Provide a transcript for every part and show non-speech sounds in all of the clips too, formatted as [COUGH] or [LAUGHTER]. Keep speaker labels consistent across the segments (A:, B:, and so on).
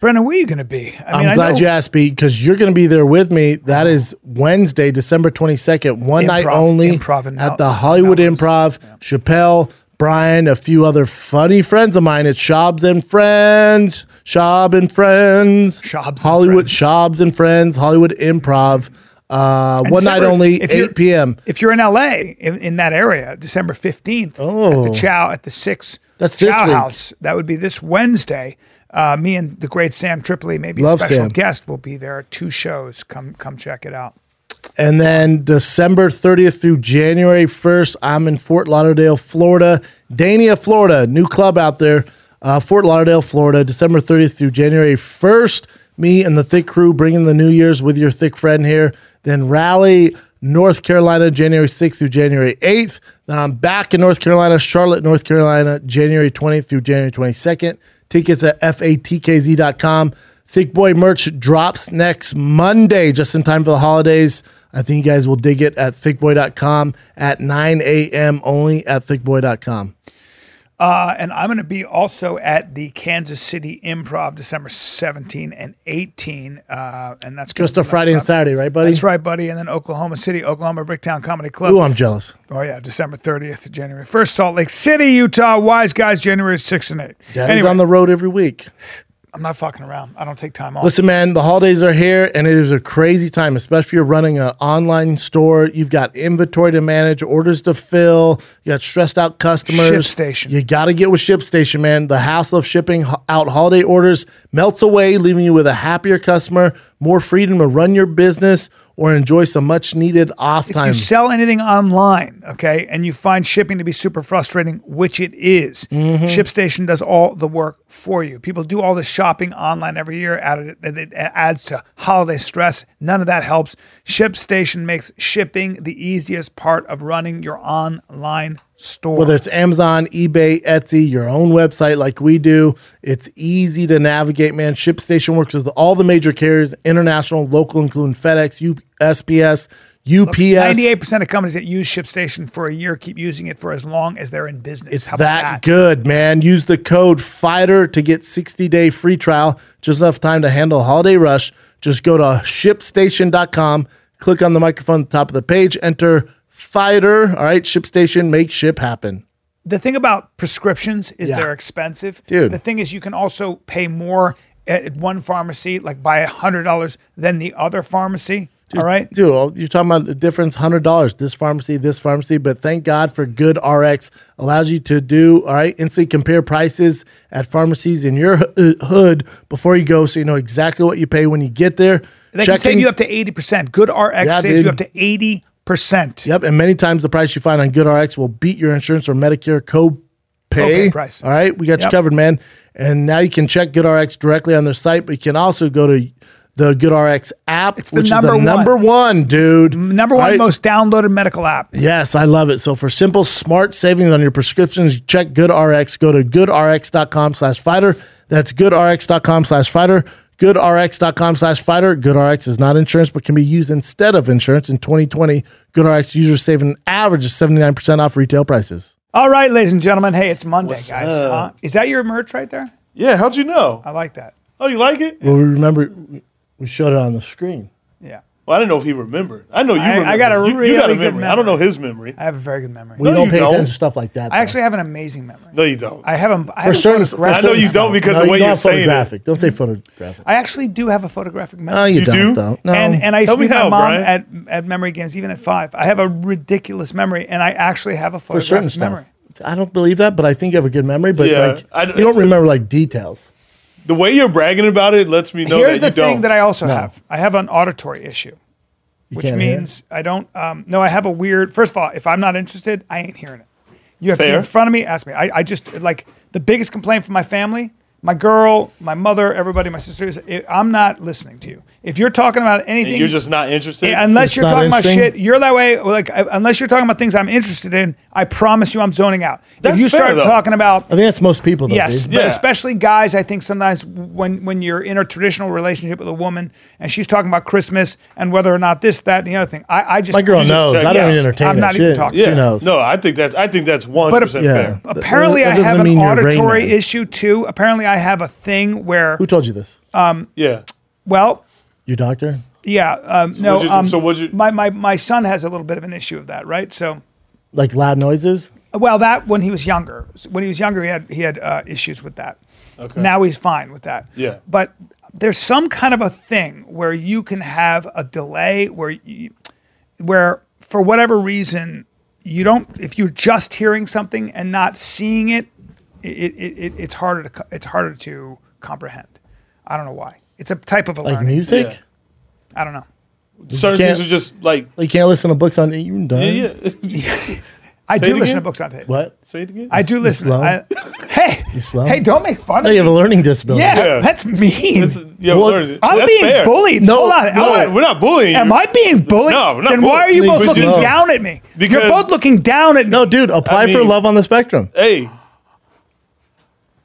A: Brennan, where are you going to be? I
B: I'm glad you asked, B, because you're going to be there with me. That is Wednesday, December 22nd, one night
A: Improv-
B: only
A: improv in
B: at
A: Mount-
B: the Hollywood Improv. Chappelle, Brian, a few other funny friends of mine. It's Shobs and Friends, Shob and Friends,
A: Shobbs and
B: Hollywood,
A: Friends.
B: Shobs and Friends, Hollywood Improv. Uh, one night
A: December-
B: only,
A: if you're-
B: 8 p.m.
A: If you're in LA, in, in that area, December 15th, at
B: Oh.
A: the Chow, at the Six
B: That's
A: Chow
B: this week.
A: House, that would be this Wednesday. Uh, me and the great Sam Tripoli, maybe
B: Love
A: a special
B: Sam.
A: guest, will be there. Two shows. Come come check it out.
B: And then December 30th through January 1st, I'm in Fort Lauderdale, Florida. Dania, Florida, new club out there. Uh, Fort Lauderdale, Florida, December 30th through January 1st. Me and the Thick Crew bringing the New Year's with your thick friend here. Then Raleigh, North Carolina, January 6th through January 8th. Then I'm back in North Carolina, Charlotte, North Carolina, January 20th through January 22nd. Tickets at fatkz.com. Thick Boy merch drops next Monday, just in time for the holidays. I think you guys will dig it at thickboy.com at 9 a.m. only at thickboy.com.
A: Uh, and I'm going to be also at the Kansas City Improv December 17 and 18. Uh, and that's gonna
B: Just a
A: be my
B: Friday and
A: club.
B: Saturday, right, buddy?
A: That's right, buddy. And then Oklahoma City, Oklahoma Bricktown Comedy Club.
B: Ooh, I'm jealous.
A: Oh yeah, December thirtieth, January first, Salt Lake City, Utah. Wise guys, January sixth and eight.
B: Daddy's
A: anyway,
B: on the road every week.
A: I'm not fucking around. I don't take time off.
B: Listen, man, the holidays are here and it is a crazy time, especially if you're running an online store. You've got inventory to manage, orders to fill, you got stressed out customers.
A: ShipStation.
B: You got to get with ShipStation, man. The hassle of shipping ho- out holiday orders melts away, leaving you with a happier customer, more freedom to run your business, or enjoy some much needed off time.
A: you sell anything online, okay, and you find shipping to be super frustrating, which it is.
B: Mm-hmm.
A: ShipStation does all the work for you. People do all the shopping online every year. Added, it it adds to holiday stress. None of that helps. ShipStation makes shipping the easiest part of running your online store.
B: Whether it's Amazon, eBay, Etsy, your own website like we do, it's easy to navigate, man. ShipStation works with all the major carriers, international, local, including FedEx, USPS, UPS.
A: Ninety-eight percent of companies that use ShipStation for a year keep using it for as long as they're in business.
B: It's
A: How
B: that,
A: about
B: good, man. Use the code FIGHTER to get 60 day free trial. Just enough time to handle the holiday rush. Just go to shipstation.com, click on the microphone at the top of the page, enter FIGHTER. All right, ShipStation, make ship happen.
A: The thing about prescriptions is
B: Yeah.
A: they're expensive.
B: Dude.
A: The thing is, you can also pay more at one pharmacy, like by a hundred dollars, than the other pharmacy. all right.
B: dude, oh, you're talking about the difference, hundred dollars, this pharmacy, this pharmacy. But thank God for Good RX allows you to do all right, instantly compare prices at pharmacies in your hoo- hood before you go, so you know exactly what you pay when you get there.
A: They can save
B: Checking-
A: you up to eighty percent. Good RX
B: Yeah,
A: saves
B: dude.
A: you up to eighty percent.
B: Yep, and many times the price you find on GoodRx will beat your insurance or Medicare co-pay
A: Copay price.
B: All right, we got you
A: Yep.
B: covered, man. And now you can check GoodRx directly on their site, but you can also go to the GoodRx app,
A: the
B: which is
A: number
B: the
A: one. Mm-hmm.
B: number one, dude.
A: Number
B: All
A: one
B: right?
A: most downloaded medical app.
B: Yes, I love it. So for simple, smart savings on your prescriptions, check GoodRx. Go to goodrx.com slash fighter. That's goodrx.com slash fighter. GoodRx.com slash fighter. GoodRx is not insurance, but can be used instead of insurance. In 2020, GoodRx users save an average of 79% off retail prices.
A: All right, ladies and gentlemen. Hey, it's Monday, guys. Huh? Is that your merch right there?
C: Yeah, how'd you know?
A: I like that.
C: Oh, you like it?
B: Well, we remember we showed it on the screen.
A: Yeah.
C: Well, I didn't know if he remembered. I know you
A: I- I
C: remember.
A: got a
C: you, you got
A: really
C: a
A: good
C: memory. I don't know
A: memory.
C: his memory.
A: I have a very good memory.
B: We
C: No,
B: don't
C: you
B: pay
C: don't.
B: attention to stuff like that.
A: I
B: though.
A: actually have an amazing memory.
C: No, you don't.
A: I haven't. I,
B: for
A: have a
B: certain,
A: photo-
B: for
C: I know
B: certain
C: you
B: stuff.
C: don't because
B: No,
C: the way
B: don't
C: you're saying it.
B: photographic. Don't say photographic.
A: I actually do have a photographic memory.
B: No, Oh, you,
C: You
B: don't.
C: do?
B: though. No.
A: and and I used
C: Tell
A: to
C: me
A: meet my
C: how,
A: mom
C: Brian.
A: at at memory games, even at five. I have a ridiculous memory, and I actually have a
B: for
A: photographic
B: certain stuff.
A: memory.
B: I don't believe that, but I think you have a good memory. But
C: Yeah,
B: like,
C: I d-
B: you don't remember like details.
C: the way you're bragging about it lets me know
A: Here's the
C: that you
A: thing
C: don't.
A: that I also have: I have an auditory issue, which
B: can't hear
A: means I don't. Um, no, I have a weird. First of all, if I'm not interested, I ain't hearing it. You have to be
C: Fair.
A: in front of me. Ask me. I, I just like the biggest complaint from my family, my girl, my mother, everybody, my sisters. i I'm not listening to you. If you're talking about anything,
C: you're just not interested.
A: Yeah, unless
B: It's
A: you're
B: not
A: talking about
B: interesting.
A: shit, you're that way. Like I- unless you're talking about things I'm interested in, I promise you, I'm zoning out.
C: That's
A: if you
C: fair,
A: start
C: though.
A: talking about
B: I think that's most people. Though,
A: yes,
B: dude.
A: but
C: Yeah.
A: especially guys, I think sometimes when when you're in a traditional relationship with a woman and she's talking about Christmas and whether or not this, that, and the other thing, I, I just
B: my girl
A: you just-
B: knows.
C: check-
B: I don't
C: yes,
B: even entertain.
A: I'm
B: that
A: not even
B: shit.
A: talking.
C: yeah.
B: She knows.
C: No, I think that's I think that's one
A: But-
C: percent
B: Yeah.
C: fair.
B: That-
A: Apparently,
B: that
A: I
B: doesn't
A: have an
B: mean you're a brain
A: auditory
B: man.
A: issue too. Apparently, I I have a thing where,
B: Who told you this?
C: Yeah.
A: well,
B: Your doctor?
A: yeah, um, no.
C: what'd you-
A: um,
C: so what'd you-
A: My, my my son has a little bit of an issue of that, right? So,
B: Like loud noises?
A: well, that when he was younger, when he was younger, he had he had uh, issues with that. Okay. Now he's fine with that.
C: Yeah.
A: But there's some kind of a thing where you can have a delay where you, where for whatever reason you don't if you're just hearing something and not seeing it, it, it, it it's harder to co- it's harder to comprehend. I don't know why. It's a type of a
B: Like
A: learning.
B: music?
C: Yeah.
A: I don't know.
C: Certain
B: can't-
C: things are just like,
B: Like you can't listen to books on you done.
C: yeah, yeah.
A: I
C: it
A: do listen
C: again?
A: to books on tape.
B: What?
C: Say it again.
A: I do listen.
B: slow?
A: I, hey,
B: slow?
A: hey, don't make fun
B: Now
A: of
B: you
A: me.
B: have a learning disability.
A: Yeah,
C: Yeah.
A: that's mean.
C: yeah,
B: Well,
C: learn it.
A: I'm
C: That's
A: being
C: fair.
A: bullied.
B: No,
A: Hold on.
C: No,
A: Hold on.
C: we're not bullying.
A: Am I being bullied?
C: No, we're not
A: then why are
C: bullied.
A: you
B: We
A: both
B: just
A: looking
B: know.
A: down at me?
C: Because-
A: You're both looking down at me.
B: No, dude, apply for
C: mean-
B: Love on the Spectrum.
C: Hey,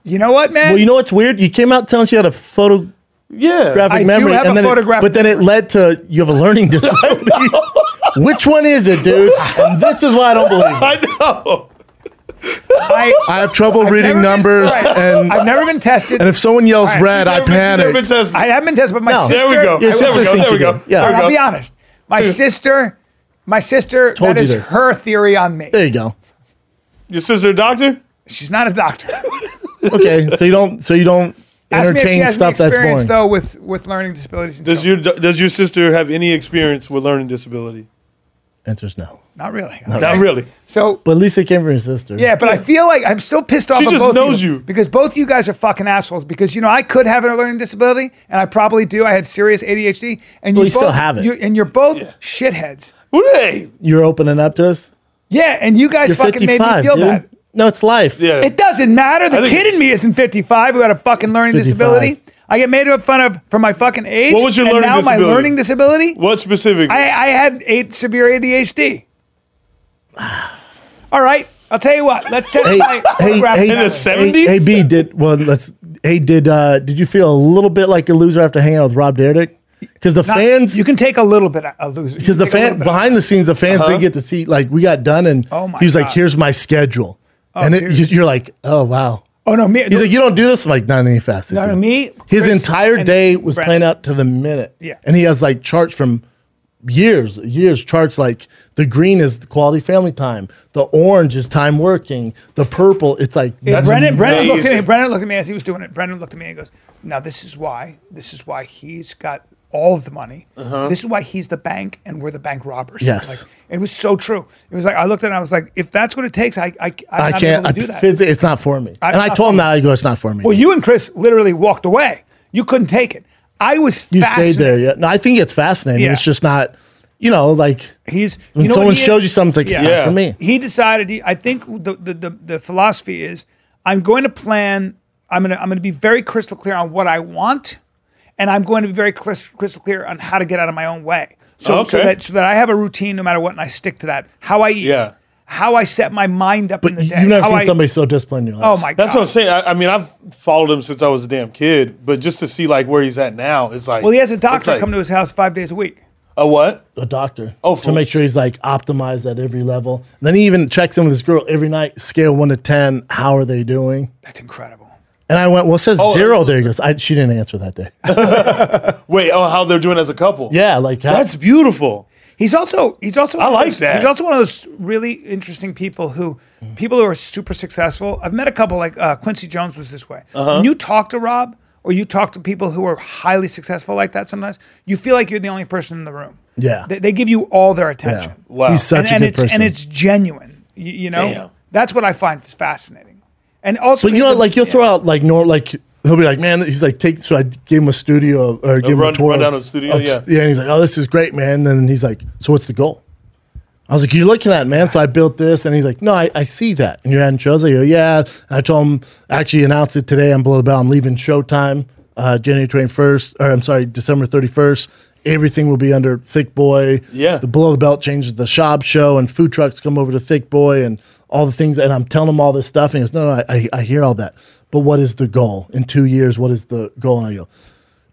A: You know what, man?
B: Well, you know what's weird? You came out telling you had a photographic
C: yeah.
A: I do
B: memory,
A: have
B: and
A: a
B: then
A: photographic
B: it, but then it led to you have a learning disability. Which one is it, dude? And this is why I don't believe. It.
C: I know.
A: I,
B: I have trouble
A: never
B: reading
A: been-
B: numbers,
A: right.
B: and
A: I've never been tested.
B: and if someone yells
A: Alright,
B: red, I
C: Never been- never been
B: panic.
C: tested.
A: I haven't been tested, but my
B: No.
A: sister.
C: There we go.
A: I
B: Your
A: will-
C: There
B: sister
C: we go.
B: thinks
C: There we
B: you
C: go.
B: do. Yeah.
C: There we
A: I'll
C: go.
A: be honest. My sister, my sister,
B: Told
A: that
B: you
A: is
B: this.
A: her theory on me.
B: There you go.
C: Your sister, a doctor?
A: She's not a doctor.
B: Okay, so you don't, so you don't
A: [LAUGHS] Ask me if she
B: entertain
A: has
B: stuff
A: any
B: that's
A: experience
B: boring.
A: though with with learning disabilities. And
C: Does
A: children.
C: your does your sister have any experience with learning disability?
B: Answer's no.
A: not really.
C: Not really.
A: So
B: But at least it came from your sister.
A: Yeah, but I feel like I'm still pissed off.
C: She
A: at
C: just
A: both
C: knows
A: of you
C: you.
A: because both you guys are fucking assholes. Because you know I could have a learning disability, and I probably do. I had serious ADHD, and
B: Well,
A: you both,
B: you still have it.
A: You, and you're both shitheads.
C: Well, hey.
B: You're opening up to us.
A: Yeah, and you guys
B: You're
A: fucking made me
B: 55,
A: feel
B: dude.
A: bad.
B: No, it's life.
C: Yeah.
A: It doesn't matter. The
C: think
A: kid in
C: it's-
A: me isn't 55 who had a fucking learning
B: 55.
A: disability. I get made fun of for my fucking age.
C: What was your
A: and
C: learning
A: now my
C: disability?
A: learning disability?
C: What specifically?
A: I, I had eight severe ADHD. [SIGHS] All right, I'll tell you what. Let's test
B: Hey,
A: my
B: hey,
A: graphic
B: hey,
C: In the
A: memory.
C: se-
B: Hey,
C: 70s?
B: hey, B did well. Let's. Hey, did uh, did you feel a little bit like a loser after hanging out with Rob Dyrdek? Because the
A: Not-
B: fans,
A: You can take a little bit of loser.
B: because the fan behind the scenes, the fans they get to see. Like we got done, and
A: Oh my
B: he was like,
A: God.
B: "Here's my schedule," and it,
A: dude.
B: you- you're like, "Oh wow."
A: Oh no, me.
B: He's like, "You don't do this." I'm like, "Not in any facet."
A: no, no,
B: dude."
A: me.
B: His
A: Chris,
B: entire
A: and
B: day was
A: Brandon.
B: planned out to the minute.
A: Yeah.
B: and he has like charts from years, years charts. Like the green is the quality family time, the orange is time working, the purple it's like
A: Brennan, Brennan looked at me.
C: amazing.
A: Brennan looked at me as he was doing it. Brennan looked at me and goes, "Now this is why. This is why he's got all of the money. This is why he's the bank and we're the bank robbers."
B: Yes.
A: Like, it was so true. It was like I looked at it. and I was like, if that's what it takes, I I, I'm
B: I
A: not
B: can't.
A: able
B: I,
A: to do that.
B: phys- it's not for me.
A: I-
B: and I
A: not
B: told him
A: for
B: that. I go, it's not for me.
A: well, you and Chris literally walked away. You couldn't take it. I was.
B: You stayed there. Yeah. No, I think it's fascinating.
A: Yeah.
B: It's just not, you know, like
A: He's
B: when
A: you know what
B: someone
A: he
B: shows
A: is?
B: you something, it's like, it's
C: Yeah.
B: not for me.
A: he decided he, i think the, the, the, the philosophy is i'm going to plan i'm going to i'm going to be very crystal clear on what i want and i'm going to be very clis- crystal clear on how to get out of my own way so, so
C: Okay.
A: that so that i have a routine no matter what and i stick to that how i eat
C: Yeah.
A: how i set my mind up in
B: But
A: the
B: you,
A: day
B: have never
A: how
B: seen
A: I-
B: somebody so disciplined in your
A: oh
B: life.
A: my god
C: That's what I'm saying. I, I mean, I've followed him since I was a damn kid, but just to see like where he's at now, it's like.
A: well he has a doctor
C: like,
A: come to his house five days a week
C: a what?
B: A doctor.
C: Oh,
B: to
C: for-
B: make sure he's like optimized at every level. And then he even checks in with his girl every night, scale one to 10. How are they doing?
A: that's incredible
B: And I went, well, it says
C: Oh,
B: zero. there. He goes, I, she didn't answer that
C: [LAUGHS]
B: day.
C: Wait, oh, how they're doing as a couple?
B: yeah. Like, how- [LAUGHS]
C: that's beautiful.
A: He's also he's also
C: I like that.
A: He's also one of those really interesting people who people who are super successful. I've met a couple like uh, Quincy Jones was this way.
C: Uh-huh.
A: When you talk to Rob or you talk to people who are highly successful like that, sometimes you feel like you're the only person in the room.
B: Yeah.
A: they, they give you all their
B: yeah.
A: attention.
C: Wow.
B: He's
A: and,
B: such a
A: and
B: good
A: it's
B: person.
A: and it's genuine. You, you know,
C: Damn.
A: that's what I find fascinating. And also,
B: But you know, like you'll throw out like nor like he'll be like, man, he's like take. So I gave him a studio or give him
C: run-
B: a tour.
C: rundown of the studio, yeah.
B: yeah. And he's like, oh, this is great, man. And then he's like, so what's the goal? I was like, you're looking at it, man. So I built this, and he's like, no, I, I see that. And you're adding shows. I go, yeah. And I told him actually announced it today. I'm below the bell. I'm leaving Showtime, uh, January 21st, or I'm sorry, December 31st. Everything will be under Thick Boy.
C: Yeah.
B: The below the belt changes the shop show and food trucks come over to Thick Boy and all the things. And I'm telling him all this stuff. And he goes, No, no, I, I, I hear all that. But what is the goal? In two years, what is the goal? And I go,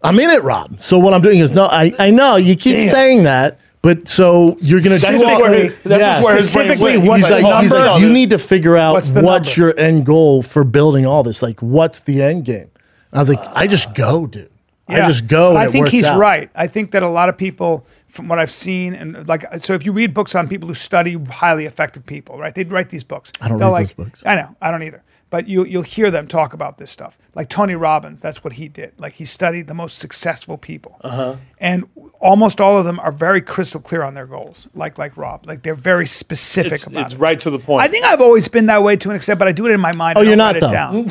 B: I'm in it, Rob. So what I'm doing is, No, I, I know you keep saying that. But so you're gonna
C: That's
B: do
C: like
B: all-
C: where he- that's
B: Yeah.
C: where his brain
A: specifically,
C: went. "Oh,
A: what's
B: he's
A: the
B: like, he's
A: number?
B: like, you need to figure out
A: What's
B: what's,
A: the number?"
B: your end goal for building all this. Like, what's the end game? I was like, I just go, dude.
A: Yeah.
B: I just
A: But
B: go. and
A: I
B: it
A: think
B: works
A: he's
B: out.
A: right. I think that a lot of people, from what I've seen, and like, so if you read books on people who study highly effective people, right? They'd write these books. I
B: don't
A: They're
B: read
A: like,
B: those books.
A: I know, I don't either. But you you'll hear them talk about this stuff. Like Tony Robbins, that's what he did. Like he studied the most successful people, uh-huh. and almost all of them are very crystal clear on their goals. Like like Rob, like they're very specific
C: It's,
A: about
C: it's
A: it.
C: right to the point.
A: I think I've always been that way to an extent, but I do it in my mind. Oh,
B: you're not, though.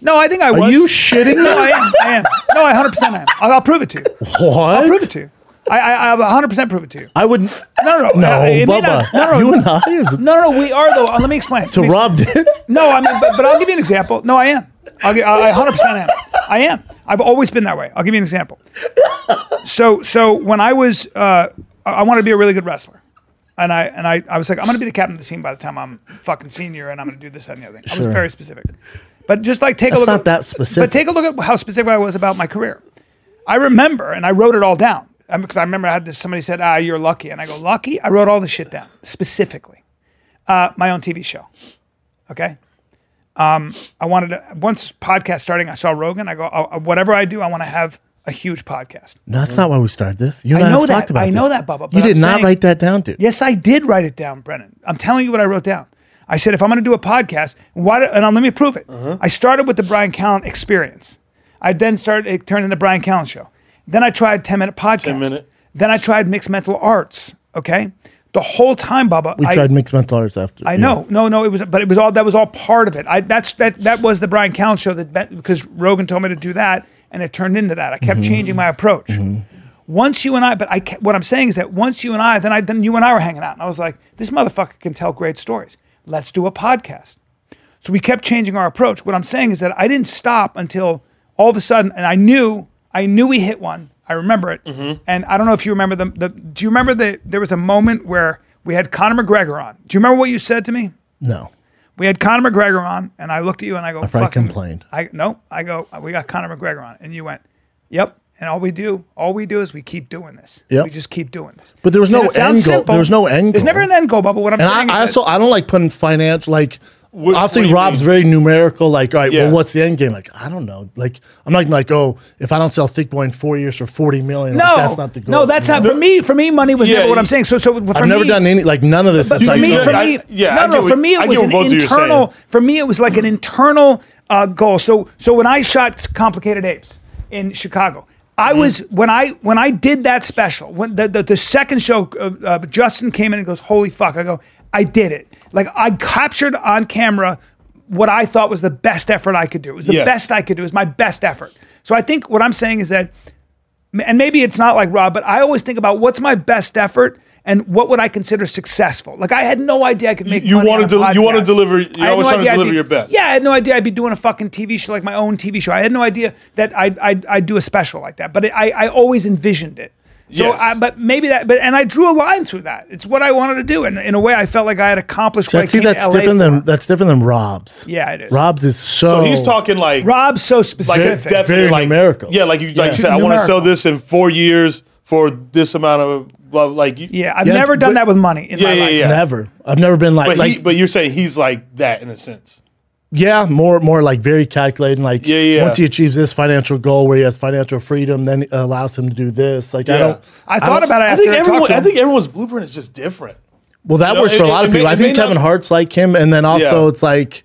A: No, I think I was.
B: you shitting
A: [LAUGHS] No, I am. I am. No, I 100 percent am. I'll, I'll prove it to you. I'll prove
B: What?
A: it to you. I, I, I 100 percent prove it to you.
B: I wouldn't.
A: No, no, no.
B: No,
A: I- it may
B: Bubba.
A: not- no, no,
B: you
A: no.
B: and I
A: [LAUGHS]
B: is
A: No, no, no. We are though. Uh, Let me explain.
B: to
A: Let me
B: Rob did.
A: no, I mean, but, but I'll give you an example. No, I am. I'll give, I, I 100% am. I am. I've always been that way. I'll give you an example. So, so when I was, uh, I- I wanted to be a really good wrestler. And I, and I, I was like, I'm going to be the captain of the team by the time I'm fucking senior and I'm going to do this, that, and the other thing. I was
B: Sure.
A: very specific. But just like take a
B: That's
A: look
B: not
A: at,
B: that specific.
A: But take a look at how specific I was about my career. I remember, and I wrote it all down because I remember I had this, somebody said, ah, you're lucky. And I go, lucky? I wrote all this shit down specifically. Uh, my own TV show. Okay. Um, I wanted to, once podcast starting, I saw Rogan. I go, oh, whatever I do, I want to have a huge podcast.
B: No, that's not why we started this. You and
A: I
B: I, have
A: know that.
B: talked about
A: I know
B: this.
A: that, Bubba, but
B: You did
A: I'm
B: not
A: saying-
B: write that down, dude.
A: Yes, I did write it down, Brennan. I'm telling you what I wrote down. I said, if I'm going to do a podcast, why? Do, and I'll, let me prove it.
B: Uh-huh.
A: I started with the Brian Callen experience. I then started it turned into Brian Callen show. Then I tried 10 minute podcast. 10
C: minute.
A: Then I tried mixed mental arts. Okay. The whole time, Bubba,
B: We
A: I,
B: tried mixed mental arts after.
A: I know, no, no. It was, but it was all that was all part of it. I that's that that was the Brian Callen show that, that because Rogan told me to do that, and it turned into that. I kept changing my approach. Once you and I, but I kept, what I'm saying is that once you and I, then I then you and I were hanging out, and I was like, this motherfucker can tell great stories. Let's do a podcast. So we kept changing our approach. What I'm saying is that I didn't stop until all of a sudden, and I knew, I knew we hit one. I remember it. And I don't know if you remember the, the do you remember the, there was a moment where we had Conor McGregor on. Do you remember what you said to me?
B: No.
A: We had Conor McGregor on, and I looked at you and I go, I
B: probably complained.
A: I no, I go, we got Conor McGregor on, and you went, yep. And all we do, all we do is we keep doing this.
B: Yep.
A: We just keep doing this.
B: But there was
A: And
B: no
A: it sounds
B: end goal. There was no end
A: There's
B: goal.
A: never an end goal, but what I'm saying
B: And I, I
A: is that-
B: also I don't like putting financial like
C: What- what do
B: obviously
C: you
B: Rob's
C: mean?
B: very numerical. Like, all right,
C: Yeah.
B: well, what's the end game? Like, I don't know. Like, I'm not gonna like, oh, if I don't sell Thick Boy in four years for forty million,
A: no,
B: like, that's not the goal.
A: No, that's
B: You know?
A: not for me. For me, money was
C: Yeah,
A: never what
C: you-
A: I'm saying. So, so for
B: I've never
A: me,
B: done any like none of this.
A: But
B: that's
A: for
B: like,
A: me,
C: no,
A: for
C: I-
A: me,
C: yeah, I
A: no,
C: get
A: no,
C: what-
A: for me it
C: I get
A: was
C: what
A: an
C: both of you are saying.
A: internal. For me, it was like an internal uh, goal. So, so when I shot Complicated Apes in Chicago, I
C: Mm-hmm.
A: was when I when I did that special when the the, the second show, uh, uh, Justin came in and goes, "Holy fuck!" I go, "I did it!" Like I captured on camera what I thought was the best effort I could do. It was the
C: Yeah.
A: best I could do. It was my best effort. So I think what I'm saying is that and maybe it's not like Rob, but I always think about what's my best effort and what would I consider successful. Like I had no idea I could make.
C: you
A: money
C: wanna
A: on a
C: del- you wanna
A: podcast.
C: deliver- you
A: I had
C: always
A: no
C: wanna
A: idea I'd
C: deliver
A: be-
C: your best.
A: Yeah, I had no idea I'd be doing a fucking TV show like my own TV show. I had no idea that I'd I'd, I'd do a special like that. But it, I I always envisioned it. So,
C: Yes.
A: I, but maybe that, but and I drew a line through that. It's what I wanted to do, and in a way, I felt like I had accomplished. what I
B: That, see,
A: came to
B: that's
A: LA
B: different
A: for.
B: than that's different than Rob's.
A: Yeah, it is.
B: Rob's is so.
C: so he's talking like
A: Rob's so
C: like
A: specific.
C: definitely
B: Oh. Very
C: like
B: numerical.
C: Yeah, like you like you said, I want to
A: Numerical.
C: sell this in four years for this amount of blah, like you,
A: yeah, I've
B: Yeah,
A: never done
B: but-
A: that with money in
C: Yeah,
A: my
C: yeah,
A: life.
C: yeah.
B: Never. I've never been like
C: But
B: like
C: he, but you're saying he's like that in a sense.
B: yeah, more more like very calculating. Like
C: Yeah, yeah.
B: Once he achieves this financial goal where he has financial freedom, then it allows him to do this. Like I
C: Yeah.
B: don't.
A: I thought
B: don't-
A: about it
C: I
A: after
C: think
A: I talked
C: everyone.
A: to
C: I
A: him.
C: think everyone's blueprint is just different.
B: Well, that
C: You know,
B: works for
C: it-
B: a lot
C: it
B: of
C: may-
B: people. I
C: it
B: think
C: may
B: Kevin
C: not-
B: Hart's like him, and then also
C: Yeah.
B: it's like,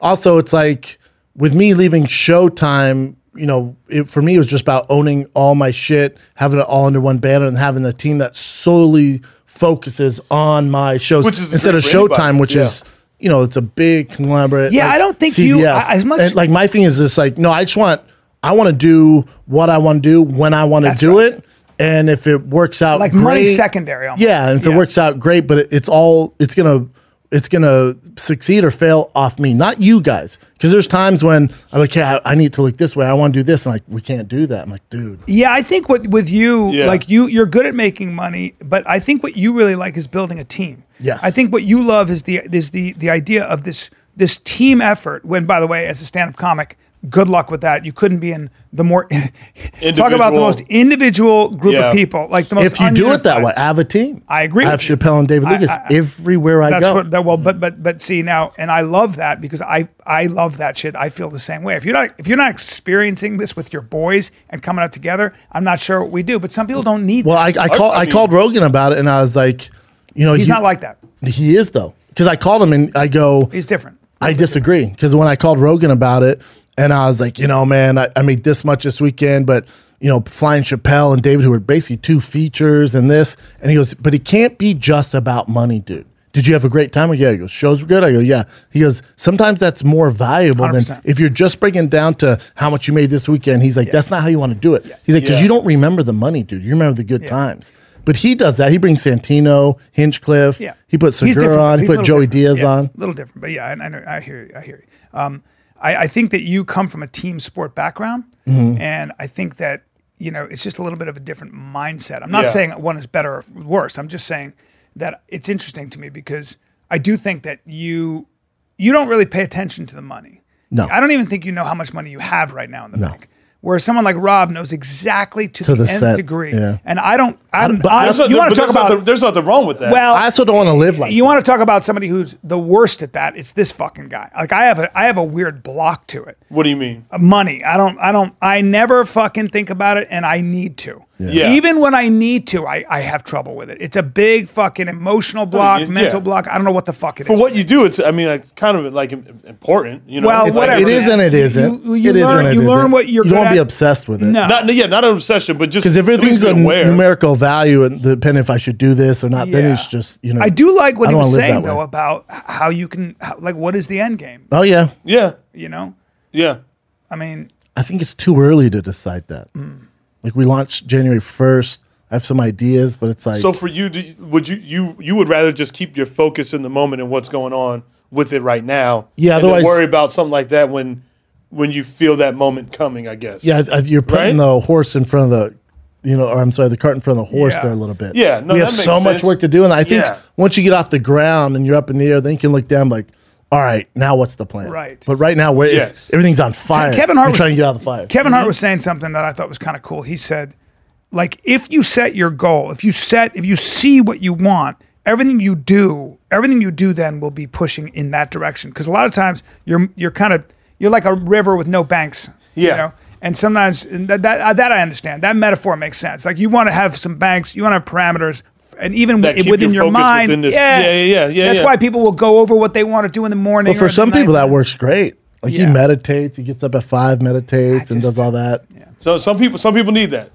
B: also it's like with me leaving Showtime. You know, it, for me, it was just about owning all my shit, having it all under one banner, and having a team that solely focuses on my shows
C: Which is the
B: instead of
C: dream for anybody.
B: Showtime, which
C: Yeah.
B: is you know it's a big conglomerate.
A: Yeah, I don't think you-
B: CBS.
A: I- as much-
B: And, like my thing is this: like, no, I just want I want to do what I want to do when I want to
A: That's
B: do
A: right.
B: it. And if it works out,
A: Like money's
B: great-
A: secondary almost.
B: Yeah, and if it
A: Yeah.
B: works works out great, but it, it's all it's gonna it's gonna succeed or fail off me, not you guys. Because there's times when I'm like, yeah, I, I need to look this way. I want to do this, and like we can't do that. I'm like, dude,
A: Yeah, I think what with you,
C: Yeah.
A: like you, you're good at making money, but I think what you really like is building a team.
B: Yes.
A: I think what you love is the is the the idea of this this team effort. When, by the way, as a stand up comic, Good luck with that. You couldn't be in the more [LAUGHS] talk about the most individual group
C: Yeah.
A: of people, like the most.
B: If you do it that
A: ununified.
B: way, I have a team.
A: I agree
B: I have
A: with you.
B: Chappelle and David
A: I-
B: Lucas
A: I- I-
B: everywhere I
A: That's
B: go.
A: what that well, but but but see now, and I love that because I I love that shit. I feel the same way. If you're not if you're not experiencing this with your boys and coming out together, I'm not sure what we do. But some people don't need.
B: well,
A: that.
B: I, I, call, I,
C: I mean-
B: called Rogan about it, and I was like, you know,
A: he's
B: he-
A: not like that.
B: he is though, because I called him and I go,
A: He's different.
B: I disagree because when I called Rogan about it, and I was like, you know, man, I, I made this much this weekend, but you know, Flying Chappelle and David, who were basically two features, and this, and he goes, but it can't be just about money, dude. Did you have a great time? I go, Yeah. He goes, shows were good. I go, yeah. He goes, sometimes that's more valuable than
A: 100%.
B: if you're just breaking down to how much you made this weekend. He's like, that's not how you want to do it. He's like, because
C: Yeah.
B: you don't remember the money, dude. You remember the good times. But he does that. He brings Santino, Hinchcliffe.
A: Yeah,
B: He put
A: He's
B: Segura
A: different,
B: on.
A: though.
B: He
A: He's a
B: put
A: little
B: Joey
A: different.
B: Diaz
A: Yeah,
B: on.
A: A little different, but yeah, I, I, know, I hear you. I hear you. Um, I, I think that you come from a team sport background,
B: Mm-hmm.
A: and I think that you know it's just a little bit of a different mindset. I'm not
C: Yeah.
A: saying one is better or worse. I'm just saying that it's interesting to me because I do think that you you don't really pay attention to the money.
B: No.
A: I don't even think you know how much money you have right now in the bank. Whereas someone like Rob knows exactly to, the,
B: the
A: nth
B: sense,
A: degree,
B: yeah.
A: and I don't. I don't.
B: But
A: I-
C: That's not,
A: you
C: you
A: want to talk
C: there's,
A: about?
C: nothing, there's nothing wrong with that.
A: well,
B: I also don't want to live like
A: Oh. you want to talk about somebody who's the worst at that? It's this fucking guy. Like I have a I have a weird block to it. Uh,
C: what do you mean?
A: Money. I don't I don't I never fucking think about it and I need to.
C: Yeah.
A: Even when I need to, I, I have trouble with it. It's a big fucking emotional block,
C: yeah.
A: mental block. I don't know what the fuck it is.
C: For what you do, it's I mean, like, kind of like im- important. You know,
A: Well,
C: It's like-
A: whatever.
B: It is and it
A: You-
B: isn't.
A: you- you
B: It is
A: learn-
B: and it
A: you learn
B: isn't.
A: what you're
B: You don't
A: good
B: be
A: at.
B: obsessed with it.
A: No.
C: Not yeah, not an obsession, but just
B: Because
C: at least
B: everything's
C: be
B: a
C: aware.
B: numerical value and depending if I should do this or not, then
A: Yeah.
B: it's just, you know.
A: I do like what
B: I
A: he
B: don't
A: was
B: wanna live
A: saying
B: that way.
A: though about h- how you can how, like what is the end game?
B: Oh, yeah.
C: Yeah,
A: You know?
C: yeah.
A: I mean,
B: I think it's too early to decide that.
A: Mm.
B: Like, we launched January 1st. I have some ideas, but it's like,
C: So for you, do, you- would you you you would rather just keep your focus in the moment and what's going on with it right now?
B: Yeah,
C: and then
B: otherwise-
C: worry about something like that when when you feel that moment coming. I guess.
B: yeah, I- I- you're putting
C: Right?
B: the horse in front of the, you know, or I'm sorry, the cart in front of the horse
A: Yeah.
B: there a little bit.
C: Yeah, no,
B: we have
C: that makes
B: so much
C: sense.
B: work to do. And I think
C: Yeah.
B: once you get off the ground and you're up in the air, then you can look down like, all right, now what's the plan?
A: Right.
B: But right now, we're, it's-
C: Yes.
B: everything's on fire.
A: Kevin Hart
B: We're
A: was-
B: trying to get out of the fire.
A: Kevin
C: Mm-hmm.
A: Hart was saying something that I thought was kind of cool. He said, like, if you set your goal, if you set, if you see what you want, everything you do, everything you do then will be pushing in that direction. Because a lot of times you're you're kind of you're like a river with no banks.
C: Yeah.
A: You know? And sometimes and that that, uh, that I understand. That metaphor makes sense. Like you want to have some banks, you want to have parameters, and even
C: That keep
A: wi- within
C: your
A: your,
C: focus
A: mind.
C: within this-
A: yeah.
C: yeah, yeah, yeah, yeah,
A: That's
C: yeah.
A: why people will go over what they want to do in the morning.
B: But for some people, that works great. Like
A: Yeah.
B: he meditates, he gets up at five, meditates, and
A: just-
B: does all that.
C: So some people some people need that.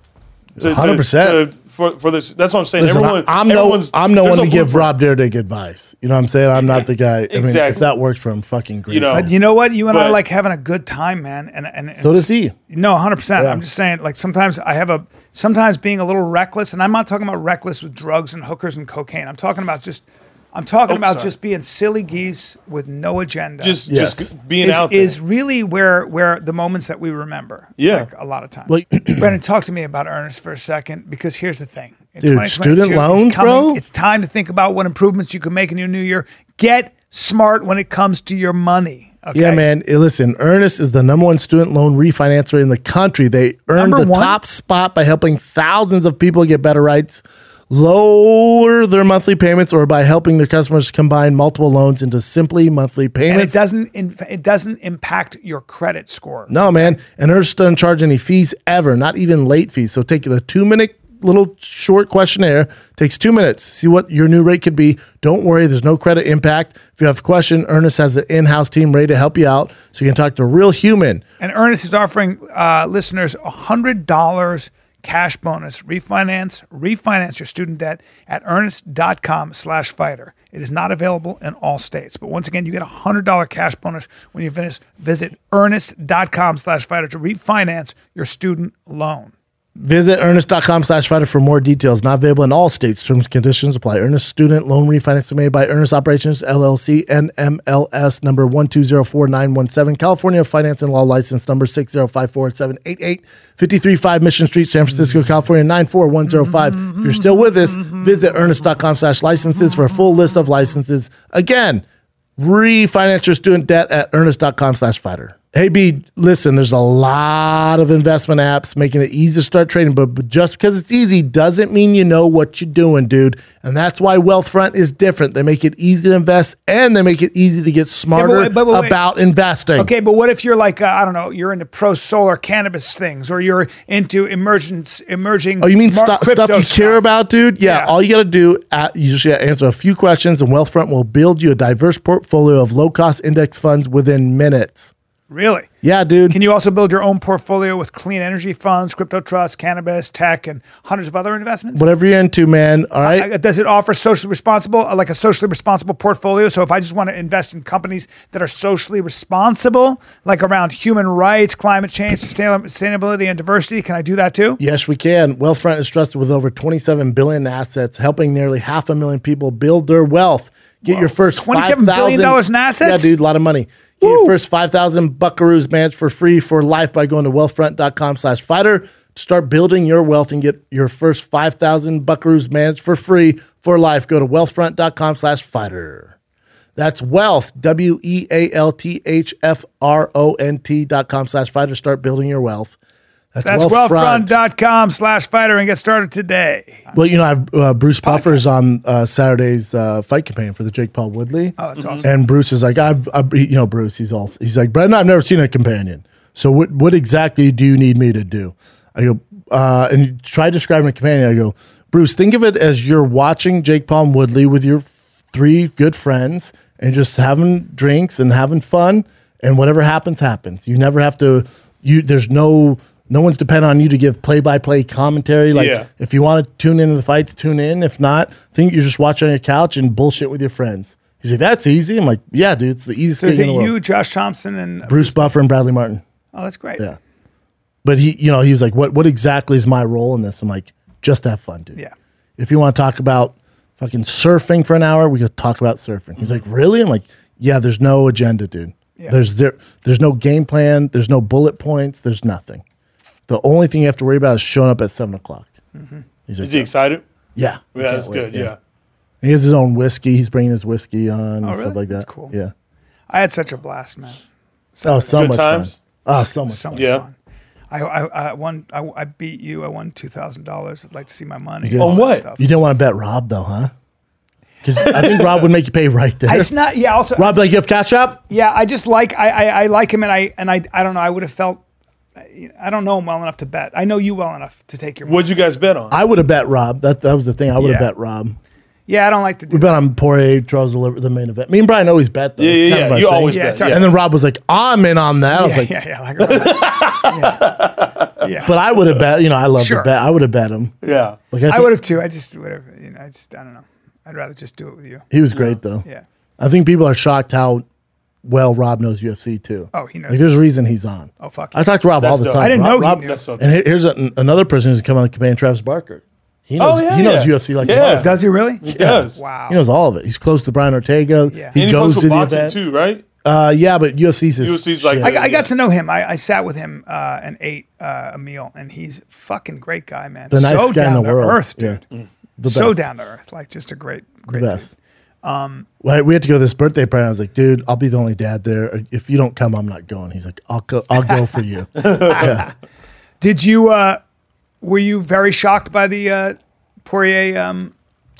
C: To- to-
B: 100%.
C: to- For for this, that's what I'm saying.
B: Listen,
C: Everyone,
B: I- I'm no,
C: everyone's-
B: I'm no
C: there's
B: one to give
C: blueprint.
B: Rob Dyrdek advice. You know what I'm saying? I'm not the guy. I mean, if
C: Exactly.
B: that works for him, fucking great.
C: You know,
A: You know what? You and I
C: But-
A: like having a good time, man. And and
B: so does he.
A: No, 100%. I'm just saying, like, sometimes I have a, sometimes being a little reckless, and I'm not talking about reckless with drugs and hookers and cocaine. I'm talking about just, I'm talking
B: Oh,
A: about
C: sorry.
A: just being silly geese with no agenda.
C: just
B: Yes.
C: just being
A: is,
C: out there.
A: is really where where the moments that we remember.
C: Yeah.
A: Like, a lot of times.
B: Like-
A: Brendan, talk to me about Ernest for a second, because here's the thing. In
B: Dude,
A: 2022,
B: student
A: it's
B: loans,
A: coming.
B: bro?
A: It's time to think about what improvements you can make in your new year. Get smart when it comes to your money. Okay?
B: Yeah, man. Eh, Listen, Earnest is the number one student loan refinancer in the country. They earned
A: Number
B: the
A: one?
B: top spot by helping thousands of people get better rates, lower their monthly payments, or by helping their customers combine multiple loans into simply monthly
A: And it
B: payments.
A: doesn't in, it doesn't impact your credit score.
B: No, man. And Ernst doesn't charge any fees ever, not even late fees. So take the two minute little short questionnaire. Takes two minutes. See what your new rate could be. Don't worry, there's no credit impact. If you have a question, Ernest has an in house team ready to help you out so you can talk to a real human.
A: And Ernest is offering uh, listeners $100 cash bonus. Refinance, refinance your student debt at earnest.com slash fighter. It is not available in all states. But once again, you get a $100 cash bonus when you finish. Visit earnest.com slash fighter to refinance your student loan.
B: Visit earnest.com slash fighter for more details. Not available in all states. Terms and conditions apply. Earnest student loan refinancing made by Earnest Operations LLC NMLS number 1204917. California Finance and Law License number 6054788. 535 Mission Street, San Francisco, California 94105. If you're still with us, visit earnest.com slash licenses for a full list of licenses. Again, refinance your student debt at earnest.com slash fighter. Hey, B, listen, there's a lot of investment apps making it easy to start trading, but, but just because it's easy doesn't mean you know what you're doing, dude. And that's why Wealthfront is different. They make it easy to invest and they make it easy to get smarter
A: wait, but wait.
B: about investing.
A: Okay, but what if you're like uh, I don't know, you're into pro solar cannabis things, or you're into emergence emerging.
B: Oh, you mean
A: mar-
B: stu- stuff
A: crypto
B: you care about, dude? Yeah.
A: Yeah.
B: All you got to do, uh, you just gotta answer a few questions, and Wealthfront will build you a diverse portfolio of low cost index funds within minutes.
A: Really?
B: Yeah, dude.
A: Can you also build your own portfolio with clean energy funds, crypto trusts, cannabis, tech, and hundreds of other investments?
B: Whatever you're into, man. All right.
A: Uh, Does it offer socially responsible, uh, like a socially responsible portfolio? So if I just want to invest in companies that are socially responsible, like around human rights, climate change, sustain- sustainability, and diversity, can I do that too?
B: Yes, we can. Wealthfront is trusted with over 27 billion in assets, helping nearly half a million people build their wealth. Get your first
A: $27 billion
B: $5,000
A: in assets?
B: Yeah, dude, a lot of money. Get your first 5,000 Buckaroos match for free for life by going to wealthfront.com slash fighter. Start building your wealth and get your first 5,000 Buckaroos match for free for life. Go to wealthfront.com slash fighter. That's wealth, W E A L T H F R O N T dot com slash fighter. Start building your wealth.
A: That's wealthfront.com slash fighter and get started today.
B: Well, you know, I've, uh, Bruce Buffer's on uh, Saturday's uh, fight campaign for the Jake Paul Woodley. Oh, that's awesome! And Bruce is like, I've, I've you know, Bruce, he's all, he's like, Brendan, I've never seen a companion. So what, what exactly do you need me to do? I go, uh, and you try describing a companion. I go, Bruce, think of it as you're watching Jake Paul and Woodley with your three good friends and just having drinks and having fun and whatever happens happens you never have to you there's no no one's dependent on you to give play-by-play commentary like
C: Yeah.
B: if you want to tune into the fights tune in if not I think you're just watching on your couch and bullshit with your friends he's like that's easy i'm like yeah dude it's the easiest
A: Is
B: thing in
A: it
B: the world
A: you, Josh Thompson, and
B: bruce buffer and bradley martin
A: oh, that's great.
B: yeah but he you know he was like what what exactly is my role in this i'm like just have fun dude
A: Yeah.
B: if you want to talk about fucking surfing for an hour, we could talk about surfing. He's like, really? I'm like, yeah. There's no agenda, dude.
A: Mm-hmm. Yeah.
B: There's there, there's no game plan. There's no bullet points. There's nothing. The only thing you have to worry about is showing up at seven o'clock. He's like,
C: Is he excited?
B: yeah, I
C: Yeah,
B: can't
C: that's
B: wait."
C: good. Yeah.
B: He has his own whiskey. He's bringing his whiskey on and
A: Oh, really?
B: stuff like that.
A: That's cool.
B: Yeah.
A: I had such a blast, man.
B: Oh, so
C: Good
B: much
C: times?
B: fun. Oh, so much.
A: So
B: fun.
A: much
C: Yeah.
A: fun. I, I, I won. I, I beat you. I won two thousand dollars. I'd like to see my money.
B: did?
A: all
B: On
A: that
C: what?
A: stuff.
B: You didn't want to bet Rob though, huh? Because I think Rob would make you pay right
A: [LAUGHS]
B: there.
A: It's not. Yeah. Also,
B: Rob, like you have cash up.
A: yeah. I just like. I, I, I like him, and I and I. I don't know. I would have felt. I I don't know him well enough to bet. I know you well enough to take your. money.
C: What'd you guys bet on?
B: I would have bet Rob. That that was the thing. I would have
A: Yeah.
B: bet Rob.
A: Yeah, I don't like to do.
B: We
A: that.
B: bet on Poirier, Charles Oliver, the main event. Me and Brian always bet though.
C: yeah,
B: It's
C: yeah,
B: kind of
C: yeah.
B: our
C: You
B: thing.
C: always
A: Yeah,
C: bet.
A: it's our-
C: yeah.
B: And then Rob was like, "I'm in on that." I was
A: [LAUGHS]
B: like,
A: Yeah, yeah, yeah. I like- yeah.
B: "But I would have bet. You know, I love
A: Sure.
B: to bet. I would have bet him.
C: yeah.
B: Like I,
A: I
B: think-
A: would have too. I just whatever. You know, I just I don't know. I'd rather just do it with you.
B: He was great though.
A: Yeah.
B: I think people are shocked how well Rob knows UFC too.
A: Oh, he knows.
B: Like, there's a reason he's on.
A: Oh fuck.
B: I talk to Rob all the
C: dope.
B: time.
A: I didn't
B: Rob-
A: know he
B: Rob-
A: knew.
C: That's something.
B: And here- here's an, another person who's come on the command, Travis Barker. He knows.
C: Oh, yeah,
B: he knows
C: yeah.
B: UFC like a
C: Yeah.
B: motherfucker.
A: Does he really?
C: He does.
A: Wow.
B: He knows all of it. He's close to Brian Ortega.
A: Yeah.
B: He
C: And he
B: goes
C: comes
B: to
C: with
B: the
C: boxing
B: events.
C: too, right?
B: Uh, yeah, but UFC's is
C: UFC's like-
B: shit.
A: I, I
C: Yeah.
A: got to know him. I, I sat with him uh, and ate uh, a meal, and he's a fucking great guy, man.
B: the nice
A: so
B: guy in
A: down
B: the
A: to
B: world.
A: earth, dude.
B: Yeah. The
A: so
B: best.
A: down to earth, like just a great, great
B: the
A: dude.
B: best.
C: Um,
B: well, we had to go to this birthday party. I was like, dude, I'll be the only dad there. If you don't come, I'm not going. He's like, I'll go. I'll go for
C: [LAUGHS]
B: you. yeah.
A: Did you? Uh, were you very shocked by the uh, Poirier? Um,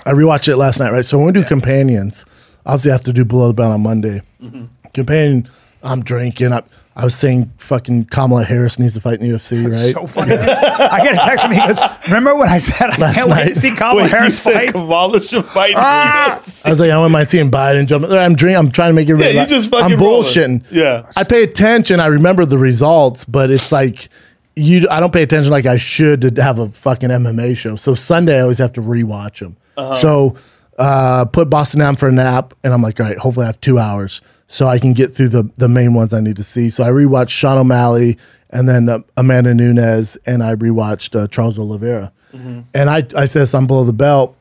B: I rewatched it last night, right? So when we do companions, obviously I have to do below the belt on Monday.
C: Mm-hmm.
B: Companion, I'm drinking. I, I was saying fucking Kamala Harris needs to fight in the UFC, right?
A: So funny. I get a text from him. He goes, "Remember when I said I
B: Last
A: can't wait
B: night.
A: to see Kamala
C: Wait, you
A: Harris
C: said
A: fight?"
C: Kamala should fight.
A: Ah!
B: I was like, I don't mind seeing Biden jump. I'm drink. I'm trying to make everybody.
C: Yeah, you
B: laugh.
C: just fucking
B: I'm
C: rolling.
B: bullshitting.
C: Yeah.
B: I pay attention. I remember the results, but it's like you. I don't pay attention like I should to have a fucking MMA show. So Sunday, I always have to rewatch them. So uh, put Boston down for a nap, and I'm like, all right, hopefully I have two hours so I can get through the the main ones I need to see. So I rewatched Sean O'Malley and then uh, Amanda Nunes, and I rewatched uh, Charles Oliveira. And I I said this on below the belt.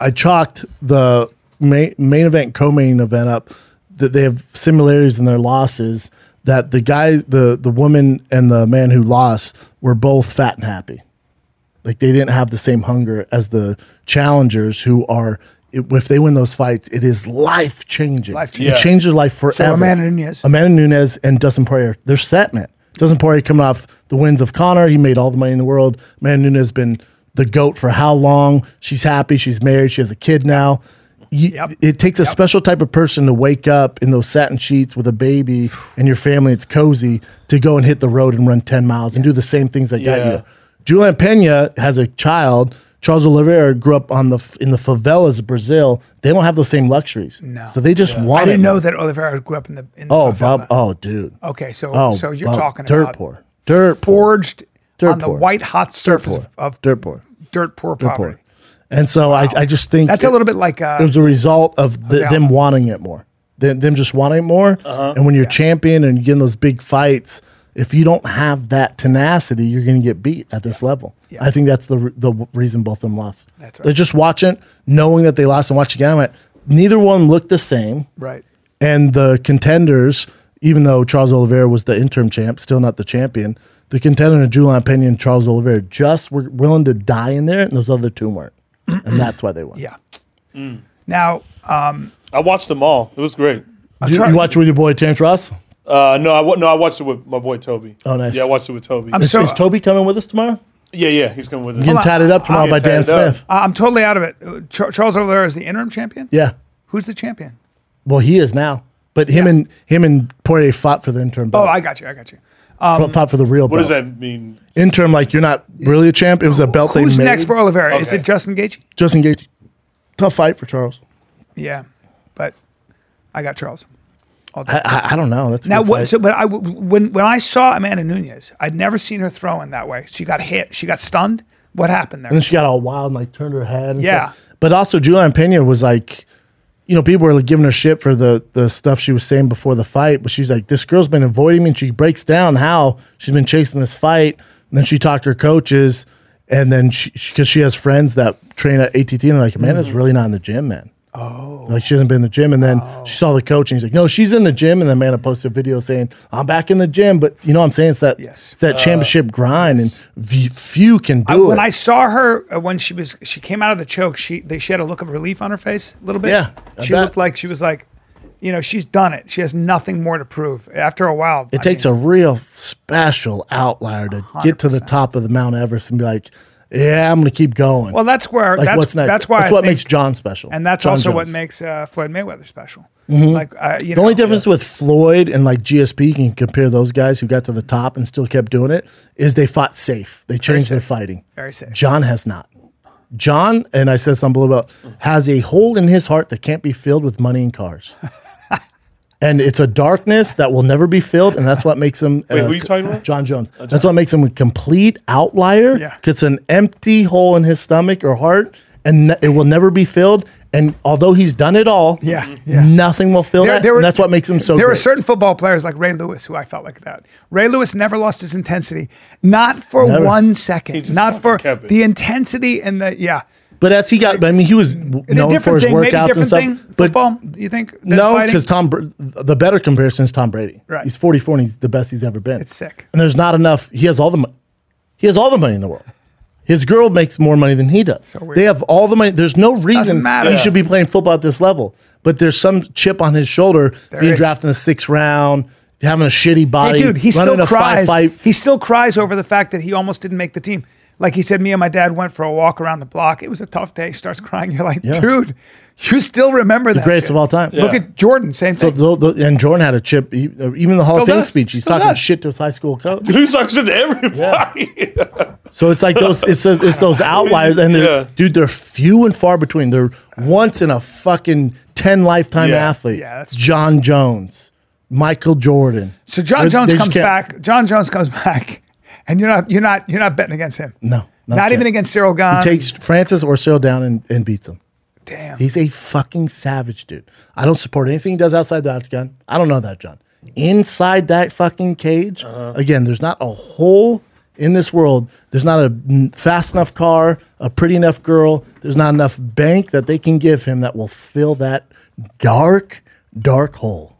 B: I chalked the main, main event, co-main event up that they have similarities in their losses. That the guy, the the woman, and the man who lost were both fat and happy. Like they didn't have the same hunger as the challengers who are it, if they win those fights, it is life changing.
A: Life-changing.
B: It
C: Yeah.
B: changes life forever.
A: Amanda Nunes.
B: Amanda Nunes and Dustin Poirier, they're set, man. Dustin Poirier coming off the wins of Connor. He made all the money in the world. Amanda Nunes has been the GOAT for how long? She's happy. She's married. She has a kid now. You-
A: Yep.
B: It takes a special type of person to wake up in those satin sheets with a baby and your family. It's cozy to go and hit the road and run 10 miles and do the same things that got
C: Yeah.
B: you. Julian Pena has a child. Charles Oliveira grew up on the in the favelas of Brazil. They don't have those same luxuries. No. So they just want
A: I
B: it,
A: didn't
B: man.
A: know that Oliveira grew up in the in the
B: Oh,
A: favela.
B: Bob. Oh, dude.
A: Okay, so
B: Oh,
A: so you're
B: Bob,
A: talking
B: dirt
A: about
B: poor, dirt poor,
A: forged
B: Dirt
A: on the
B: poor.
A: white hot surface
B: poor,
A: of
B: dirt poor,
A: dirt poor
B: dirt
A: poverty.
B: poor. And so I, I just think
A: That's a little bit like
B: it
A: uh,
B: was a result of the,
A: Yeah.
B: them wanting it more, them, them just wanting it more. And when you're champion and you get in those big fights, if you don't have that tenacity, you're going to get beat at this level. I think that's the re- the w- reason both of them lost.
A: That's right.
B: They're just watching, knowing that they lost, and watch again. I'm like, neither one looked the same.
A: right.
B: And the contenders, even though Charles Oliveira was the interim champ, still not the champion, the contender in Julian Pena and Charles Oliveira just were willing to die in there, and those other two weren't.
A: [CLEARS THROAT]
B: and that's why they won.
A: Yeah. Now, uh,
C: I watched them all. It was great.
B: Did You,
A: Char-
B: you watch it with your boy Terrence Ross?
C: Uh, no, I wa- no, I watched it with my boy Toby.
B: Oh, nice.
C: Yeah, I watched it with Toby.
A: I'm
B: Is,
A: So- uh,
B: is Toby coming with us tomorrow?
C: yeah, yeah, he's coming with us.
B: Getting tied it up tomorrow
C: I'll
B: by
C: get
B: Dan
C: tied it up.
B: Smith.
A: I'm totally out of it. Uh, Char- Charles Oliveira is the interim champion.
B: Yeah.
A: Who's the champion?
B: Well, he is now. But him and him and Poirier fought for the interim
A: Oh,
B: belt.
A: I got you. I got you. um,
B: Fought- fought for the real
C: What
B: belt.
C: does that mean?
B: Interim, like you're not really a champ. It was a belt they
A: Who's
B: made.
A: next for Oliveira? Is
C: Okay.
A: it Justin Gaethje?
B: Just engage. Tough fight for Charles.
A: Yeah, but I got Charles. All day.
B: I, I, I don't know. That's a
A: Now
B: good
A: what?
B: fight.
A: So, but I w- when when I saw Amanda Nunez, I'd never seen her throw in that way. She got hit. She got stunned. What happened there?
B: And then she got all wild and like turned her head. And
A: Yeah.
B: stuff. But also, Julian Pena was like, you know, people were like giving her shit for the the stuff she was saying before the fight. But she's like, this girl's been avoiding me. And she breaks down how she's been chasing this fight. And then she talked to her coaches. And then she, because she, has friends that train at ATT, and they're like, Amanda's
A: Mm-hmm.
B: really not in the gym, man. Oh. Like she hasn't been in the gym. And then she saw the coach, and he's like, no, she's in the gym. And then Amanda posted a video saying, I'm back in the gym. But you know what I'm saying? It's that,
A: Yes.
B: it's that championship grind, and v- few can do it.
A: when I saw her uh, when she was she came out of the choke, she they, she had a look of relief on her face a little bit.
B: Yeah, I
A: she
B: bet.
A: looked like she was like, you know, she's done it. She has nothing more to prove. After a while,
B: It takes a real special outlier to get to the top of the Mount Everest and be like, "Yeah, I'm going to keep going."
A: well, that's where
B: like,
A: that's
B: what's next?
A: that's why
B: that's
A: I
B: what
A: think-
B: makes John special,
A: and that's
B: John
A: also what
B: Jones. Mm-hmm.
A: makes uh, Floyd Mayweather special. Like uh, you
B: the
A: know,
B: only difference with Floyd and like GSP you can compare those guys who got to the top and still kept doing it is they fought safe. They changed their fighting.
A: Very safe.
B: John has not. John and I said something about has a hole in his heart that can't be filled with money
A: [LAUGHS]
B: and cars. And it's a darkness that will never be filled, and that's what makes him. uh,
C: Wait, who you talking about? Oh,
B: John Jones. That's what makes him a complete outlier.
A: Yeah.
B: 'cause It's an empty hole in his stomach or heart, and ne- it will never be filled. And although he's done it all,
A: Yeah,
C: Mm-hmm.
A: yeah.
B: nothing will fill
A: There-
B: that.
A: there were-
B: and that's what makes him so.
A: there
B: great.
A: were certain football players like Ray Lewis who I felt like that. Ray Lewis never lost his intensity, not for
B: Never.
A: one second,
C: just
A: not for
C: kept it.
A: the intensity and the yeah.
B: But as he got, I mean, he was
A: And a
B: known for
A: different
B: his
A: thing, maybe
B: workouts and
A: different
B: stuff.
A: thing.
B: But
A: Football, you think? than
B: no,
A: fighting?
B: because Tom, Br- the better comparison is Tom Brady.
A: Right.
B: He's 44 and he's the best he's ever been.
A: It's sick.
B: And there's not enough. He has all the, mo- he has all the money in the world. His girl makes more money than he does.
A: weird.
B: they have all the money. There's no reason
A: matter.
B: he should be playing football at this level. But there's some chip on his shoulder being
A: is.
B: drafted in the sixth round, having a shitty body.
A: Hey, dude, he
B: running
A: still
B: a
A: cries.
B: five-fight
A: He still cries over the fact that he almost didn't make the team. Like he said, me and my dad went for a walk around the block. It was a tough day. Starts crying. You're like,
B: Yeah.
A: dude, you still remember that.
B: greatest
A: shit.
B: of all time.
A: Look at Jordan. Same
B: So
A: thing.
B: tho- tho- and Jordan had a chip. He, uh, even the Hall of
A: Still
B: Fame
A: does.
B: speech, he's
A: Still
B: talking
A: does.
B: shit to his high school coach.
C: Who sucks to everybody?
B: So it's like those. It's those, it's
A: [LAUGHS]
B: those outliers, and they're,
C: Yeah.
B: dude, they're few and far between. They're once in a fucking ten lifetime
C: Yeah.
B: athlete.
A: Yeah, that's true.
B: John Jones, Michael Jordan.
A: So John
B: They're-
A: Jones
B: they just
A: comes
B: can't-
A: back. John Jones comes back, and you're not you're not you're not betting against him.
B: No,
A: not,
B: not
A: even
B: yet.
A: against Cyril Gahn.
B: Takes Francis or Cyril down and, and beats him.
A: Damn.
B: He's a fucking savage, dude. I don't support anything he does outside the octagon. I don't know that, John. Inside that fucking cage, again, there's not a hole in this world. There's not a mm, fast enough car, a pretty enough girl. There's not enough bank that they can give him that will fill that dark, dark hole.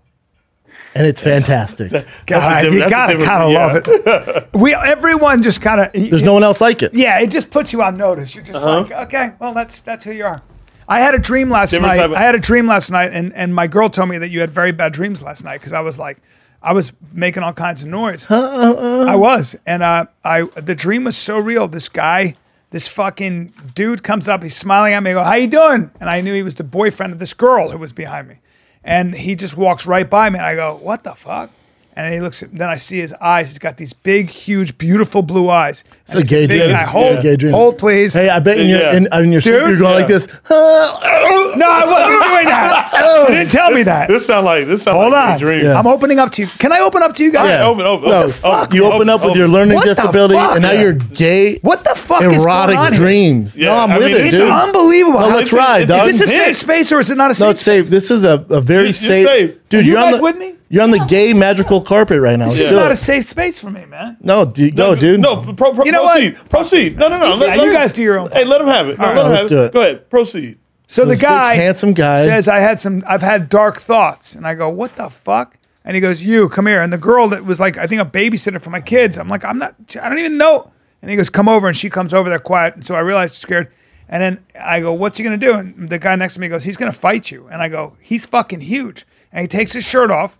B: And it's fantastic.
C: That's a
A: God,
C: diff-
A: you
C: that's a
A: gotta
C: different-
A: kind of
C: yeah.
A: love it. We everyone just kind of
B: There's no one else like it.
C: Uh-huh.
A: yeah. It just puts you on notice. You're just like okay, well that's that's who you are. I had a dream last
C: Different
A: night.
C: type of-
A: I had a dream last night, and, and my girl told me that you had very bad dreams last night because I was like, I was making all kinds of noise. I was, and uh, I the dream was so real. This guy, this fucking dude, comes up. He's smiling at me. I go, "How you doing?" And I knew he was the boyfriend of this girl who was behind me, and he just walks right by me. And I go, "What the fuck?" And he looks. at Then I see his eyes. He's got these big, huge, beautiful blue eyes. It's
B: a gay dream. It's a
A: Hold,
B: gay dream.
A: hold, please.
B: Hey, I bet in your
C: Yeah.
B: in, in your sleep
A: Dude?
B: you're going like this. "Huh,
A: No, I wasn't doing
B: [LAUGHS] Oh.
A: that. You didn't tell me that.
C: [LAUGHS] This sound like this sound
A: Hold
C: like
A: on.
C: a dream.
A: I'm opening up to you. Can I open up to you guys?
B: Yeah.
C: Open, open,
B: No,
C: open, open,
B: you
C: open,
B: open up with
C: open.
B: your learning
A: What the
B: disability,
A: fuck?
B: and now you're gay.
A: What the fuck is
B: erotic
A: going on here?
B: dreams?
C: Yeah,
B: no, I'm
C: I
B: with
C: mean,
B: it,
C: it's
B: dude.
A: Unbelievable.
B: No,
A: How-
B: let's
C: it's-
B: ride,
C: it's-
B: dog.
A: Is this a safe
C: intense.
A: space or is it not a safe?
B: no, it's safe. This is a, a very
C: You're- you're
B: safe,
C: safe.
B: dude.
A: You
B: You're on
A: guys
B: the,
A: with me?
B: You're on the gay magical carpet right now. Let's
A: It's
B: do
A: not
B: it.
A: a safe space for me, man.
B: no, dude, go, dude.
C: No, pro, pro,
A: You know
C: proceed.
A: what?
C: Proceed. No, no, no.
A: Yeah, you guys do your own
C: Hey, let him have it. No,
A: right,
C: let him
B: let's
C: have
B: do
C: it.
B: it.
C: Go ahead. Proceed.
A: So the
B: this big,
A: guy,
B: handsome guy.
A: says I had some. I've had dark thoughts, and I go, "What the fuck?" And he goes, "You come here." And the girl that was like, I think a babysitter for my kids. I'm like, I'm not. I don't even know. And he goes, "Come over," and she comes over there quiet. And so I realized scared. And then I go, "What's he gonna do?" And the guy next to me goes, "He's gonna fight you." And I go, "He's fucking huge." And he takes his shirt off,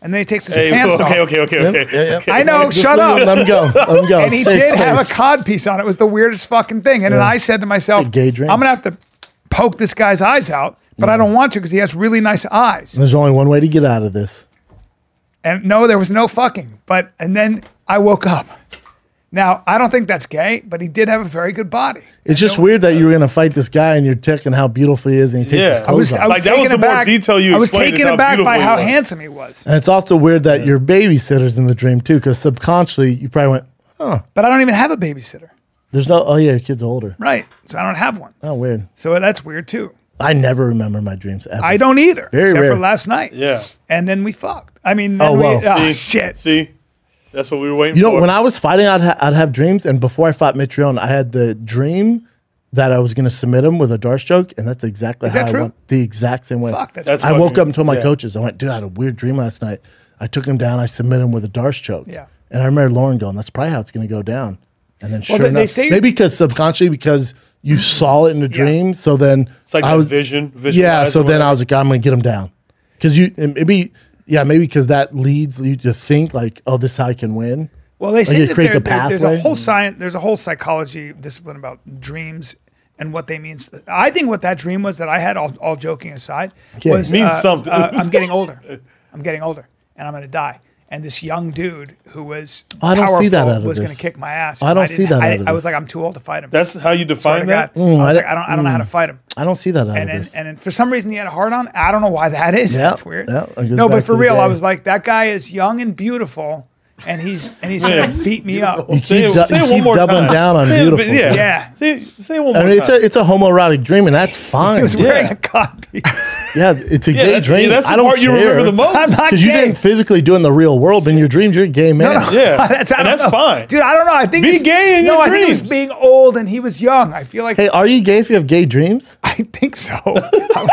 A: and then he takes his
C: Hey,
A: pants off.
C: okay, okay, okay, okay.
B: Yeah, yeah.
A: I know.
B: Just
A: shut
B: let
A: up.
B: him- Let him go. Let him go.
A: and he
B: Safe
A: did have a
B: space.
A: codpiece on. It was the weirdest fucking thing. And then
B: Yeah.
A: I said to myself,
B: It's a gay dream.
A: I'm gonna have to poke this guy's eyes out, but I don't want to because he has really nice eyes.
B: There's only one way to get out of this.
A: And no, there was no fucking. But and then I woke up. Now I don't think that's gay, but he did have a very good body.
B: It's just weird that you were gonna fight this guy and you're checking how beautiful he is and he takes his
C: Yeah.
B: clothes
C: I
A: I was,
B: off.
A: I was
C: Like, that
A: taken
C: was the more
A: aback-
C: detail you
A: I was
C: explained is
A: taken
C: how
A: aback by
C: beautiful he
A: how
C: was.
A: handsome he was.
B: and it's also weird that your babysitter's in the dream too, because subconsciously you probably went, "Huh,
A: But I don't even have a babysitter,
B: there's no. Oh yeah, your kid's older.
A: right? So I don't have one.
B: Oh weird.
A: So that's weird too.
B: I never remember my dreams ever.
A: I don't either,
B: Very
A: except
B: rare.
A: for last night.
C: Yeah.
A: And then we fucked. I mean,
B: Oh,
A: then we,
B: wow.
A: ah,
C: See?
A: shit.
C: See, that's what we were waiting
B: You
C: for.
B: know, when I was fighting, I'd, ha- I'd have dreams, and before I fought Mitrione, I had the dream that I was going to submit him with a dart stroke, and that's exactly
A: that
B: how
A: true?
B: I went. The exact same way.
A: Fuck, that's
C: That's
B: I woke
C: fucking-
B: up and told my
C: yeah.
B: coaches, I went, dude, I had a weird dream last night. I took him down, I submitted him with a dart stroke.
A: Yeah.
B: And I remember Lauren going, that's probably how it's going to go down. And then sure
A: they- they
B: enough,
A: say-
B: maybe because subconsciously, because you saw it in the dream, so then
C: it's like
B: I
C: that
B: was
C: vision.
B: yeah,
C: visualize
B: so
C: or
B: then I
C: whatever.
B: was like, I'm gonna get him down, because you and maybe yeah maybe because that leads you to think like, oh, this is how I can win.
A: Well, they
B: like
A: say
B: it
A: that
B: creates
A: there-
B: a
A: there-
B: pathway.
A: there's a whole science, there's a whole psychology discipline about dreams and what they mean. I think what that dream was that I had, all, all joking aside,
B: Yeah.
A: was
C: Means
A: uh,
C: something.
A: uh, I'm
B: [LAUGHS]
A: getting older. I'm getting older, and I'm going to die. And this young dude who was
B: I don't see that
A: powerful
B: out of
A: was going
B: this.
A: to kick my ass.
B: I don't
A: didn't-
B: see that
A: I,
B: out of
A: I was
B: this.
A: like, I'm too old to fight him.
C: That's how you
A: Swear to
C: define that.
A: God. I,
B: Mm, I
A: was like,
B: don't-
A: I don't, I don't know how to fight him.
B: I don't see that out
A: and
B: of
A: then,
B: this.
A: and then for some reason he had a heart on. I don't know why that is.
B: Yeah,
A: That's weird.
B: yeah, it goes
A: no,
B: back
A: but
B: to
A: for
B: the
A: real, I
B: day.
A: was like, that guy is young and beautiful, and he's and he's
C: Yeah.
A: gonna beat me up. [LAUGHS]
B: you
C: Say
B: keep,
C: it-
B: du-
C: say
B: you
C: it
B: keep
C: one more
B: doubling
C: time.
B: down on
C: Say it,
B: beautiful.
C: but Yeah.
B: dude.
A: Yeah.
C: Say, say it one more
B: I mean, it's a
C: time.
B: it's a homoerotic dream, and
C: [LAUGHS]
B: that's
A: He
B: fine.
A: was
B: yeah.
A: wearing a
B: [LAUGHS]
A: codpiece.
B: it's a gay
C: that-
B: dream.
C: that's the
B: I don't
C: part
B: care.
C: you remember
B: [LAUGHS]
C: the most.
A: I'm not
B: because Oh, you
A: gay.
B: didn't physically do it in the real world, but in your dreams, you're a gay man.
C: Yeah,
A: [LAUGHS] I
C: and
A: don't
C: that's
A: know.
C: fine.
A: dude. I don't know. I think
C: Be
A: it's-
C: gay in
A: no,
C: your
A: I think it was
C: dreams.
A: being old and he was young. I feel like
B: Hey, are you gay if you have gay dreams?
A: [LAUGHS] I think so. a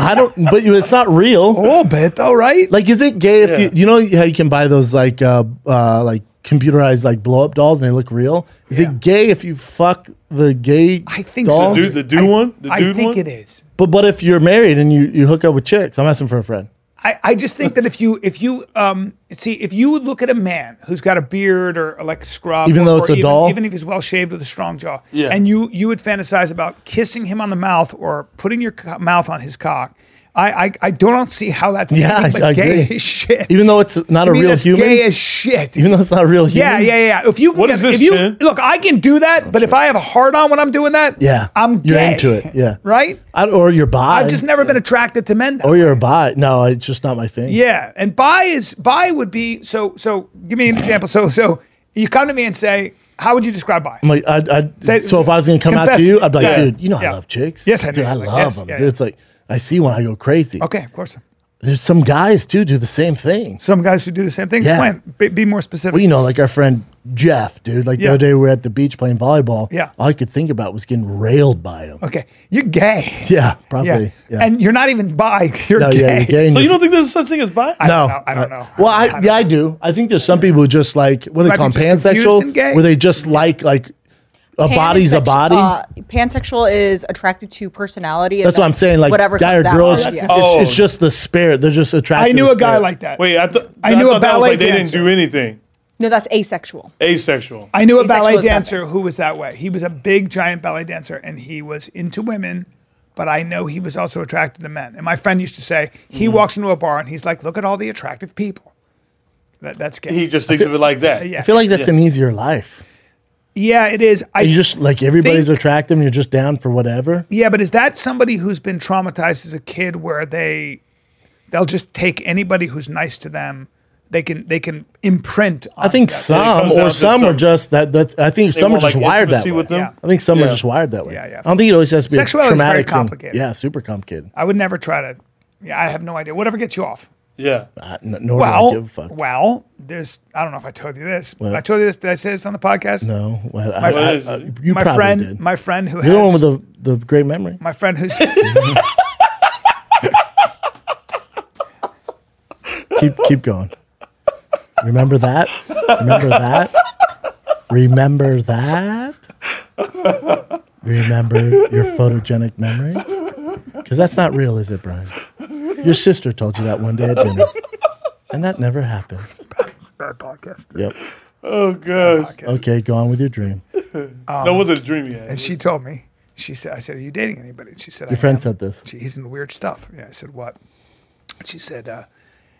B: I don't, but you, it's
A: [LAUGHS]
B: not real.
A: little bit though, right?
B: Like, is it gay if
C: Yeah.
B: you you know how you can buy those like uh, uh like computerized like blow up dolls and they look real? Is
A: Yeah.
B: it gay if you fuck the gay?
A: I think
B: doll?
A: so.
C: The dude- the dude
A: I-
C: one? The
A: I
C: dude
A: think
C: one?
A: it is.
B: But but if you're married and you you hook up with chicks, I'm asking for
A: [LAUGHS]
B: a friend.
A: I, I just think that if you if you um see if you would look at a man who's got a beard or, or like a scrub,
B: Even
A: or-
B: though
A: or
B: it's a doll?
A: even if he's well shaved with a strong jaw,
C: Yeah.
A: and you you would fantasize about kissing him on the mouth or putting your co- mouth on his cock. I I, I don't see how that's
B: Yeah,
A: anything
B: I-
A: but
B: I
A: gay
B: agree.
A: as [LAUGHS] shit.
B: Even though it's not
A: To
B: a
A: me,
B: real
A: that's
B: human,
A: gay as shit.
B: even though it's not a real human.
A: yeah, yeah, yeah. If you
C: What is
A: if
C: this,
A: you
C: Ken?
A: look, I can do that, but if I have a hard on when I'm doing that,
B: yeah.
A: I'm gay.
B: you're into it. Yeah,
A: right.
B: I, or you're bi.
A: I've just never been attracted to men. That
B: Or you're a bi. No, it's just not my thing.
A: yeah, and buy is buy would be so so. Give me an example. So so you come to me and say, how would you describe buy?
B: I'm like, I, I,
A: Say-
B: so if I was gonna come out
A: confess
B: to you,
A: it.
B: I'd be like,
C: Yeah.
B: dude, you know I
A: Yeah.
B: love chicks.
A: Yes, I do.
B: Dude, I
A: Like,
B: love
A: yes,
B: them.
A: yeah,
B: dude.
A: yeah.
B: It's like I see one, I go crazy.
A: Okay, of course.
B: There's some guys too do the same thing.
A: Some guys who do the same thing.
B: Yeah.
A: Explain. Be, be more specific.
B: Well, you know, like our friend Jeff, dude. Like the
A: Yeah.
B: other day, we were at the beach playing volleyball.
A: Yeah.
B: All I could think about was getting railed by him. [LAUGHS]
A: okay, you're gay.
B: Yeah, probably. Yeah.
A: and you're not even bi. [LAUGHS] You're
B: no,
A: gay.
B: yeah, you're gay. and
C: so you
B: you're-
C: don't think there's such thing as bi?
A: I
B: no, Uh,
A: don't know. I don't know.
B: Well, I,
A: I don't
B: yeah, I do. I think there's some people who just like what do they
A: Might
B: call
A: be
B: them,
A: just confused
B: pansexual,
A: and gay?
B: where they just like like a body's a
D: Pansexual-
B: body.
D: uh, pansexual is attracted to personality. and
B: That's what I'm saying. Like
D: whatever
B: guy or
D: comes out.
B: girl, it's,
D: Yeah.
B: it's- it's just the spirit. They're just attracted.
A: Oh. I knew a guy like that.
C: Wait, uh, I, th-
A: I knew a
C: thought that was
A: ballet
C: like they didn't
A: dancer.
C: do anything.
D: no, that's asexual.
C: Asexual.
A: I knew a
D: Asexual
A: ballet
D: is nothing.
A: dancer who was that way. He was a big, giant ballet dancer, and he was into women, but I know he was also attracted to men. And my friend used to say he
B: Mm.
A: walks into a bar and he's like, "Look at all the attractive people." That, that's gay.
C: he just thinks of it like that.
A: yeah,
B: I feel like that's an easier life.
A: yeah, it is. I
B: You just like everybody's
A: Think-
B: attractive. and You're just down for whatever.
A: Yeah, but is that somebody who's been traumatized as a kid where they they'll just take anybody who's nice to them? They can they can imprint. On
B: I think
A: that.
B: some
C: comes down
B: or
C: to
B: some are
C: some-
B: just that. That's I think some are
C: want,
B: just
C: like,
B: wired that
C: intimacy
B: way.
C: with them?
A: Yeah.
B: I think some are
C: Yeah.
B: just wired that way.
A: Yeah, yeah.
B: I don't think it always has to be
A: Sexuality
B: a
A: is very
B: traumatic thing.
A: complicated.
B: Yeah, super complicated.
A: I would never try to. Yeah, I have no idea. Whatever gets you off.
C: Yeah.
B: I, n- nor do I
A: Well,
B: give a fuck.
A: well, there's. I don't know if I told you this. but I told you this. Did I say this on the podcast?
B: No, well, I,
A: What
B: I-
C: is
B: I-
C: it?
B: you
A: My
B: probably
A: friend,
B: did.
A: my friend who
B: You're the one
A: has
B: with the the great memory.
A: my friend
B: [LAUGHS]
A: who's
B: keep keep going. Remember that. Remember that. Remember that. Remember your photogenic memory. Because that's not real, is it, Brian? Your sister told you that one day at dinner, and that never happens.
A: bad podcast.
B: Yep.
C: Oh gosh.
B: Okay, go on with your dream. Your
C: that wasn't a dream yet.
A: And she told me. She said, "I said, are you dating anybody?" And she said, "Your
B: friend said this.
A: she, he's in weird stuff. Yeah, I said what? She said uh,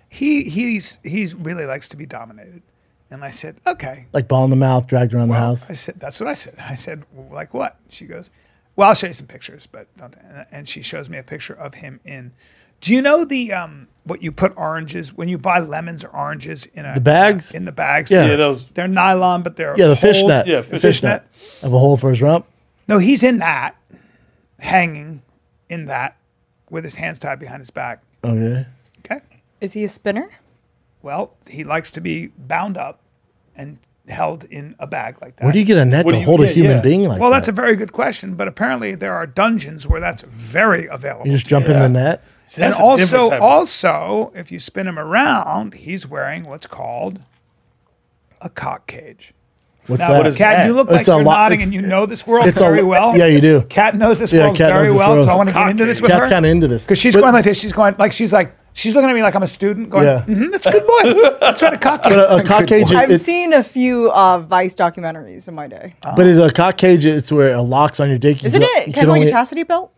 A: he he's he's really likes to be dominated. And I said okay.
B: Like ball in the mouth, dragged around the house.
A: I said that's what I said. I said "Well, like what? She goes, well I'll show you some pictures, but don't. and- And she shows me a picture of him in. Do you know the um what you put oranges when you buy lemons or oranges in a the
B: bags?
A: in the bags?
B: Yeah.
C: yeah, that was
A: They're nylon, but they're
B: Yeah, the
A: holes-
B: fishnet.
C: yeah,
B: the
C: fish-
B: fishnet. Have a hole for his rump.
A: No, he's in that, hanging in that, with his hands tied behind his back.
B: Okay.
A: Okay.
D: Is he a spinner?
A: Well, he likes to be bound up and held in a bag like that.
B: Where do you get a net
C: What
B: to
C: do you
B: hold a
C: get?
B: human
C: Yeah.
B: being like
A: well,
B: that?
A: that's a very good question, but apparently there are dungeons where that's very available.
B: you just jump in the net.
C: See, that's
A: and
C: a different
A: also,
C: type of-
A: also, if you spin him around, he's wearing what's called a cock cage.
B: What's
A: Now,
B: that?
A: what
C: is
A: Cat,
C: that?
A: you look like
B: It's a
A: you're
B: lo-
A: nodding,
B: it's-
A: and you know this world
B: it's a
A: very
B: lo-
A: well.
B: yeah, you do.
A: Cat knows this
B: Yeah,
A: world
B: Cat
A: very
B: knows this
A: well,
B: world.
A: so I want to get
C: Cock
A: into this
C: cage.
A: with
B: Cat's
A: her.
B: kind of into this.
A: Because she's
B: But-
A: going like this. She's going like she's like she's looking at me like I'm a student. Going,
B: Yeah.
A: "Mhm, that's a good
B: [LAUGHS]
A: boy. That's right, a cock cage.
B: a, a cock cage.
D: I've
B: Is, it,
D: seen a few uh, Vice documentaries in my day.
B: but it's a cock cage. It's where it locks on your dick. You
D: Isn't
B: can-
D: it
B: you
D: kind
B: can
D: of like
B: only-
D: a chastity belt?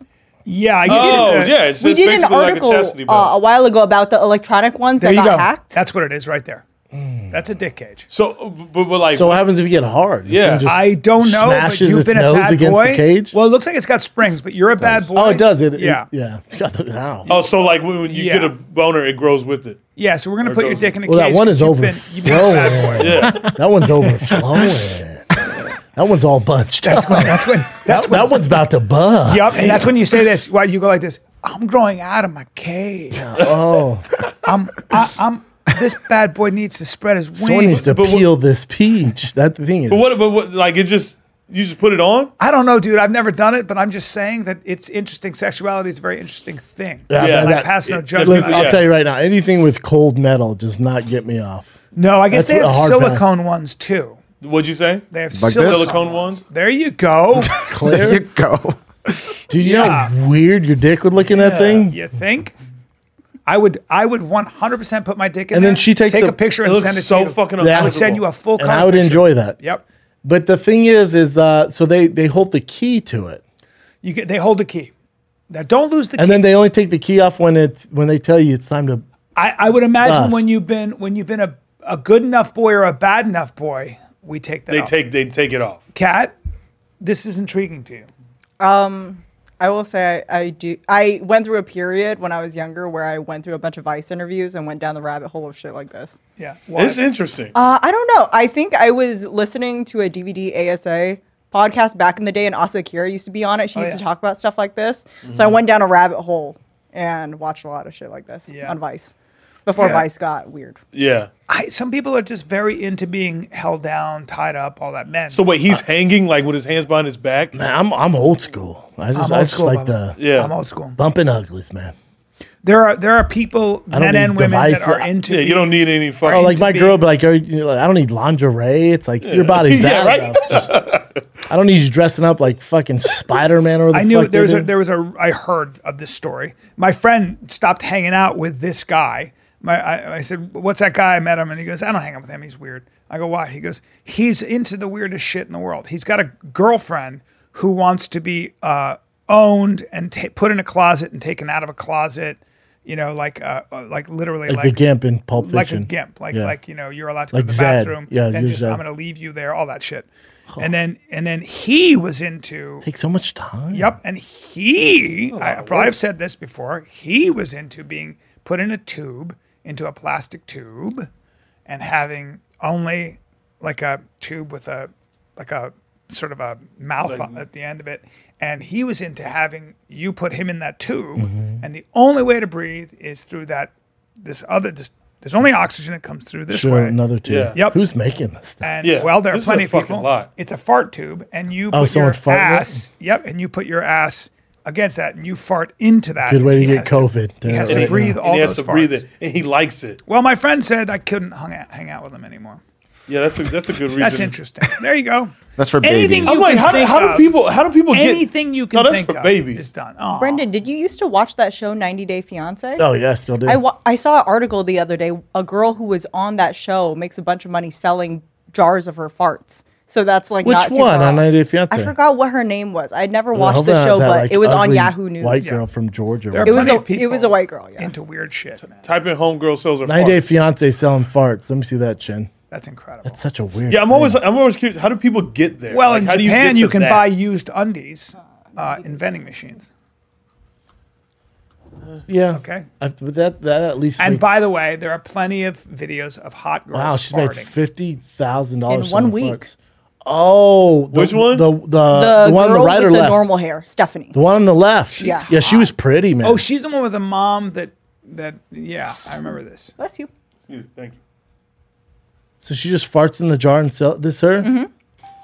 A: Yeah, I guess
C: Oh
A: it's a-
C: yeah, it's,
D: We
C: it's
D: did an
C: basically
D: article
C: like a chastity
D: uh,
C: belt.
D: a while ago about the electronic ones
A: There
D: that
A: you go.
D: got hacked.
A: That's what it is right there.
C: Mm.
A: That's a dick cage.
C: so, but, but like,
B: So what happens if you get hard? You
C: Yeah.
B: can just-
A: I don't know. but
B: smashes
A: you've
B: its
A: been
B: nose
A: a bad
B: against the
A: boy.
B: cage?
A: Well, it looks like it's got springs, but you're a bad boy.
B: oh, it does. It. it-
A: yeah. yeah.
B: yeah. [LAUGHS] God, how?
C: oh, so like when, when you
A: Yeah.
C: get a boner, it grows with it.
A: So we're gonna put your
C: goes-
A: dick in a
B: well,
A: cage.
B: that one
A: 'cause
B: is
A: you've been- you've been a bad boy. [LAUGHS]
B: overflowing. That one's overflowing. [LAUGHS] that one's all bunched. That's when. That's when. That, that one's about to bust.
A: Yup, and that's when you
B: [LAUGHS]
A: say this. Why you go like this? I'm growing out of my cage.
B: Oh,
A: I'm, I, I'm. This bad boy needs to spread his wings.
B: someone needs to
C: But what-
B: peel this peach. That thing is.
C: But what? But what? Like it just you just put it on.
A: I don't know, dude. I've never done it, but I'm just saying that it's interesting. Sexuality is a very interesting thing.
B: Yeah,
C: Yeah.
B: man,
A: I
B: that-
A: pass no
C: it-
A: judgment. on
B: listen,
A: it.
B: I'll
C: Yeah.
B: tell you right now, anything with cold metal does not get me off.
A: No, I guess
B: That's
A: they
B: a
A: have
B: hard pass.
A: silicone ones too.
C: What'd you say?
A: They have
E: Like
A: silicone.
E: this?
C: Silicone ones.
A: There you go.
E: There
B: Claire,
E: you go.
B: do you know
A: Yeah.
B: how weird your dick would look in that thing?
A: you think? I would. I would 100 percent put my dick in.
B: And then
A: there,
B: she takes
A: take a,
B: a-
A: picture
C: It
A: and send
C: looks
A: it
C: so
A: to you.
C: fucking.
B: Yeah.
A: I would
C: uncomfortable.
A: send you a full.
B: And
A: color
B: I would
A: picture.
B: enjoy that.
A: Yep.
B: But the thing is, is uh, so they they hold the key to it,
A: You get. They hold the key. Now don't lose the key.
B: and then they only take the key off when it's when they tell you it's time to.
A: I, I would imagine
B: Bust.
A: when you've been when you've been a, a good enough boy or a bad enough boy, we take that.
C: They
A: off.
C: take they take it off.
A: cat. This is intriguing to you.
D: I will say I, I do. I went through a period when I was younger where I went through a bunch of Vice interviews and went down the rabbit hole of shit like this.
A: Yeah. Why?
C: It's interesting.
D: Uh, I don't know. I think I was listening to a DVD ASA podcast back in the day, and Asa Akira used to be on it. She used
A: Oh, yeah.
D: to
A: Mm-hmm.
D: talk about stuff like this. So I went down a rabbit hole and watched a lot of shit like this
A: Yeah.
D: on Vice before
A: Yeah.
D: Vice got weird.
C: yeah.
A: I, some people are just very into being held down, tied up, all that. Men.
C: So wait, he's hanging like with his hands behind his back.
B: Man, I'm I'm old school. I
A: I'm
B: just I
A: old
B: just
A: school.
B: like
A: Bubba.
B: the
C: Yeah.
A: I'm old school.
B: bumping uglies, man.
A: There are there are people,
B: don't
A: men
B: need
A: and women, that
B: devices.
A: are into.
C: Yeah, you
A: being-
C: don't need any fucking.
B: Oh, like my
A: be- [LAUGHS]
B: girl, be like, are you, you know, like, I don't need lingerie. It's like your body's
C: [LAUGHS] Yeah,
B: bad
C: right?
B: enough. Just I don't need you dressing up like fucking Spider Man or
A: [LAUGHS]
B: the
A: I knew
B: fuck
A: there
B: they
A: was a,
B: do.
A: there was a I heard of this story. My friend stopped hanging out with this guy. My I, I said, "What's that guy?" I met him, and he goes, "I don't hang out with him. He's weird." I go, "Why?" He goes, "He's into the weirdest shit in the world. He's got a girlfriend who wants to be uh, owned and ta- put in a closet and taken out of a closet. You know, like uh, uh, like literally
B: like,
A: like."
B: the Gimp in Pulp Fiction.
A: like a gimp, like
B: Yeah.
A: like you know, you're allowed to
B: Like
A: go to the
B: Zed.
A: bathroom,
B: Yeah,
A: then
B: you're
A: just
B: Zed.
A: I'm gonna leave you there, all that shit, and then and then he was into
B: Takes so much time.
A: Yep. And he, I probably have said this before, he was into being put in a tube, into a plastic tube, and having only like a tube with a, like a sort of a mouth on- at the end of it. And he was into having you put him in that tube. And the only way to breathe is through that, this other, this, there's only oxygen that comes through this
B: Sure,
A: way.
B: another two.
C: Yeah.
A: Yep.
B: Who's making this stuff?
A: And
C: Yeah,
A: well, there are
C: this is
A: plenty
C: a
A: of
C: fucking
A: people.
C: lot.
A: It's a fart tube, and you
B: Oh,
A: put
B: someone
A: your
B: farted it?
A: ass. Yep, and you put your ass against that, and you fart into that.
B: Good way
A: and
B: to
A: he
B: get
A: has
B: COVID.
A: he has
B: Yeah,
A: to
B: right
A: breathe
C: and
A: all
C: he
A: those
C: has to breathe
A: farts.
C: it, and he likes it.
A: Well, my friend said I couldn't hung out, hang out with him anymore.
C: Yeah, that's a, that's a good reason.
A: That's interesting. There
C: [LAUGHS]
A: you go.
E: That's for
A: Anything
E: babies.
A: you
C: I'm like,
A: can
C: how do,
A: think
C: how do
A: of-
C: people how do people get
A: Anything you can
C: No, that's
A: think
C: for
A: of
C: babies.
A: is done. Aw.
D: Brendan, did you used to watch that show 90 Day Fiance?
B: Oh yeah, I still do.
D: I, wa- I saw an article the other day. A girl who was on that show makes a bunch of money selling jars of her farts. So that's like
B: Which
D: not too
B: one
D: far
B: on
D: off.
B: 90 Day Fiancé?
D: I forgot what her name was. I'd never
B: Well,
D: watched
B: hopefully
D: the
B: not
D: show,
B: that,
D: but
B: like,
D: it was on
B: ugly
D: Yahoo News.
B: White
A: Yeah.
B: girl from Georgia.
A: There are
B: right?
D: It was
A: plenty
D: a-
A: of people
D: it was a white girl, yeah.
A: into weird shit. man.
C: type in homegirl sells her
B: 90
D: Oh.
B: Day
C: fart?
B: Fiance selling farts. Let me see that chin.
A: That's incredible.
B: Such a weird.
C: Yeah, I'm
B: thing.
C: always I'm always curious. How do people get there?
A: well,
C: Like,
A: in
C: how do
A: Japan,
C: get
A: you,
C: to
A: can
C: that?
A: buy used undies uh, in vending machines.
B: Yeah.
A: Okay.
B: I, but that that at least.
A: And
B: makes-
A: by the way, there are plenty of videos of hot girls.
B: wow, she's
A: farting.
B: made fifty thousand dollars
D: In one week.
B: Oh, the,
C: Which one?
B: The the,
D: The,
B: Uh, the, one on
D: girl
B: the right
D: with
B: or
D: the
B: left?
D: normal hair, Stephanie.
B: The one on the left.
D: Yeah.
B: Yeah, she was pretty, man.
A: Oh, she's the one with the mom that that yeah, I remember
C: [LAUGHS]
A: this.
D: Bless you.
C: You- Thank you.
B: so she just farts in the jar and sell this her.
D: Mm-hmm.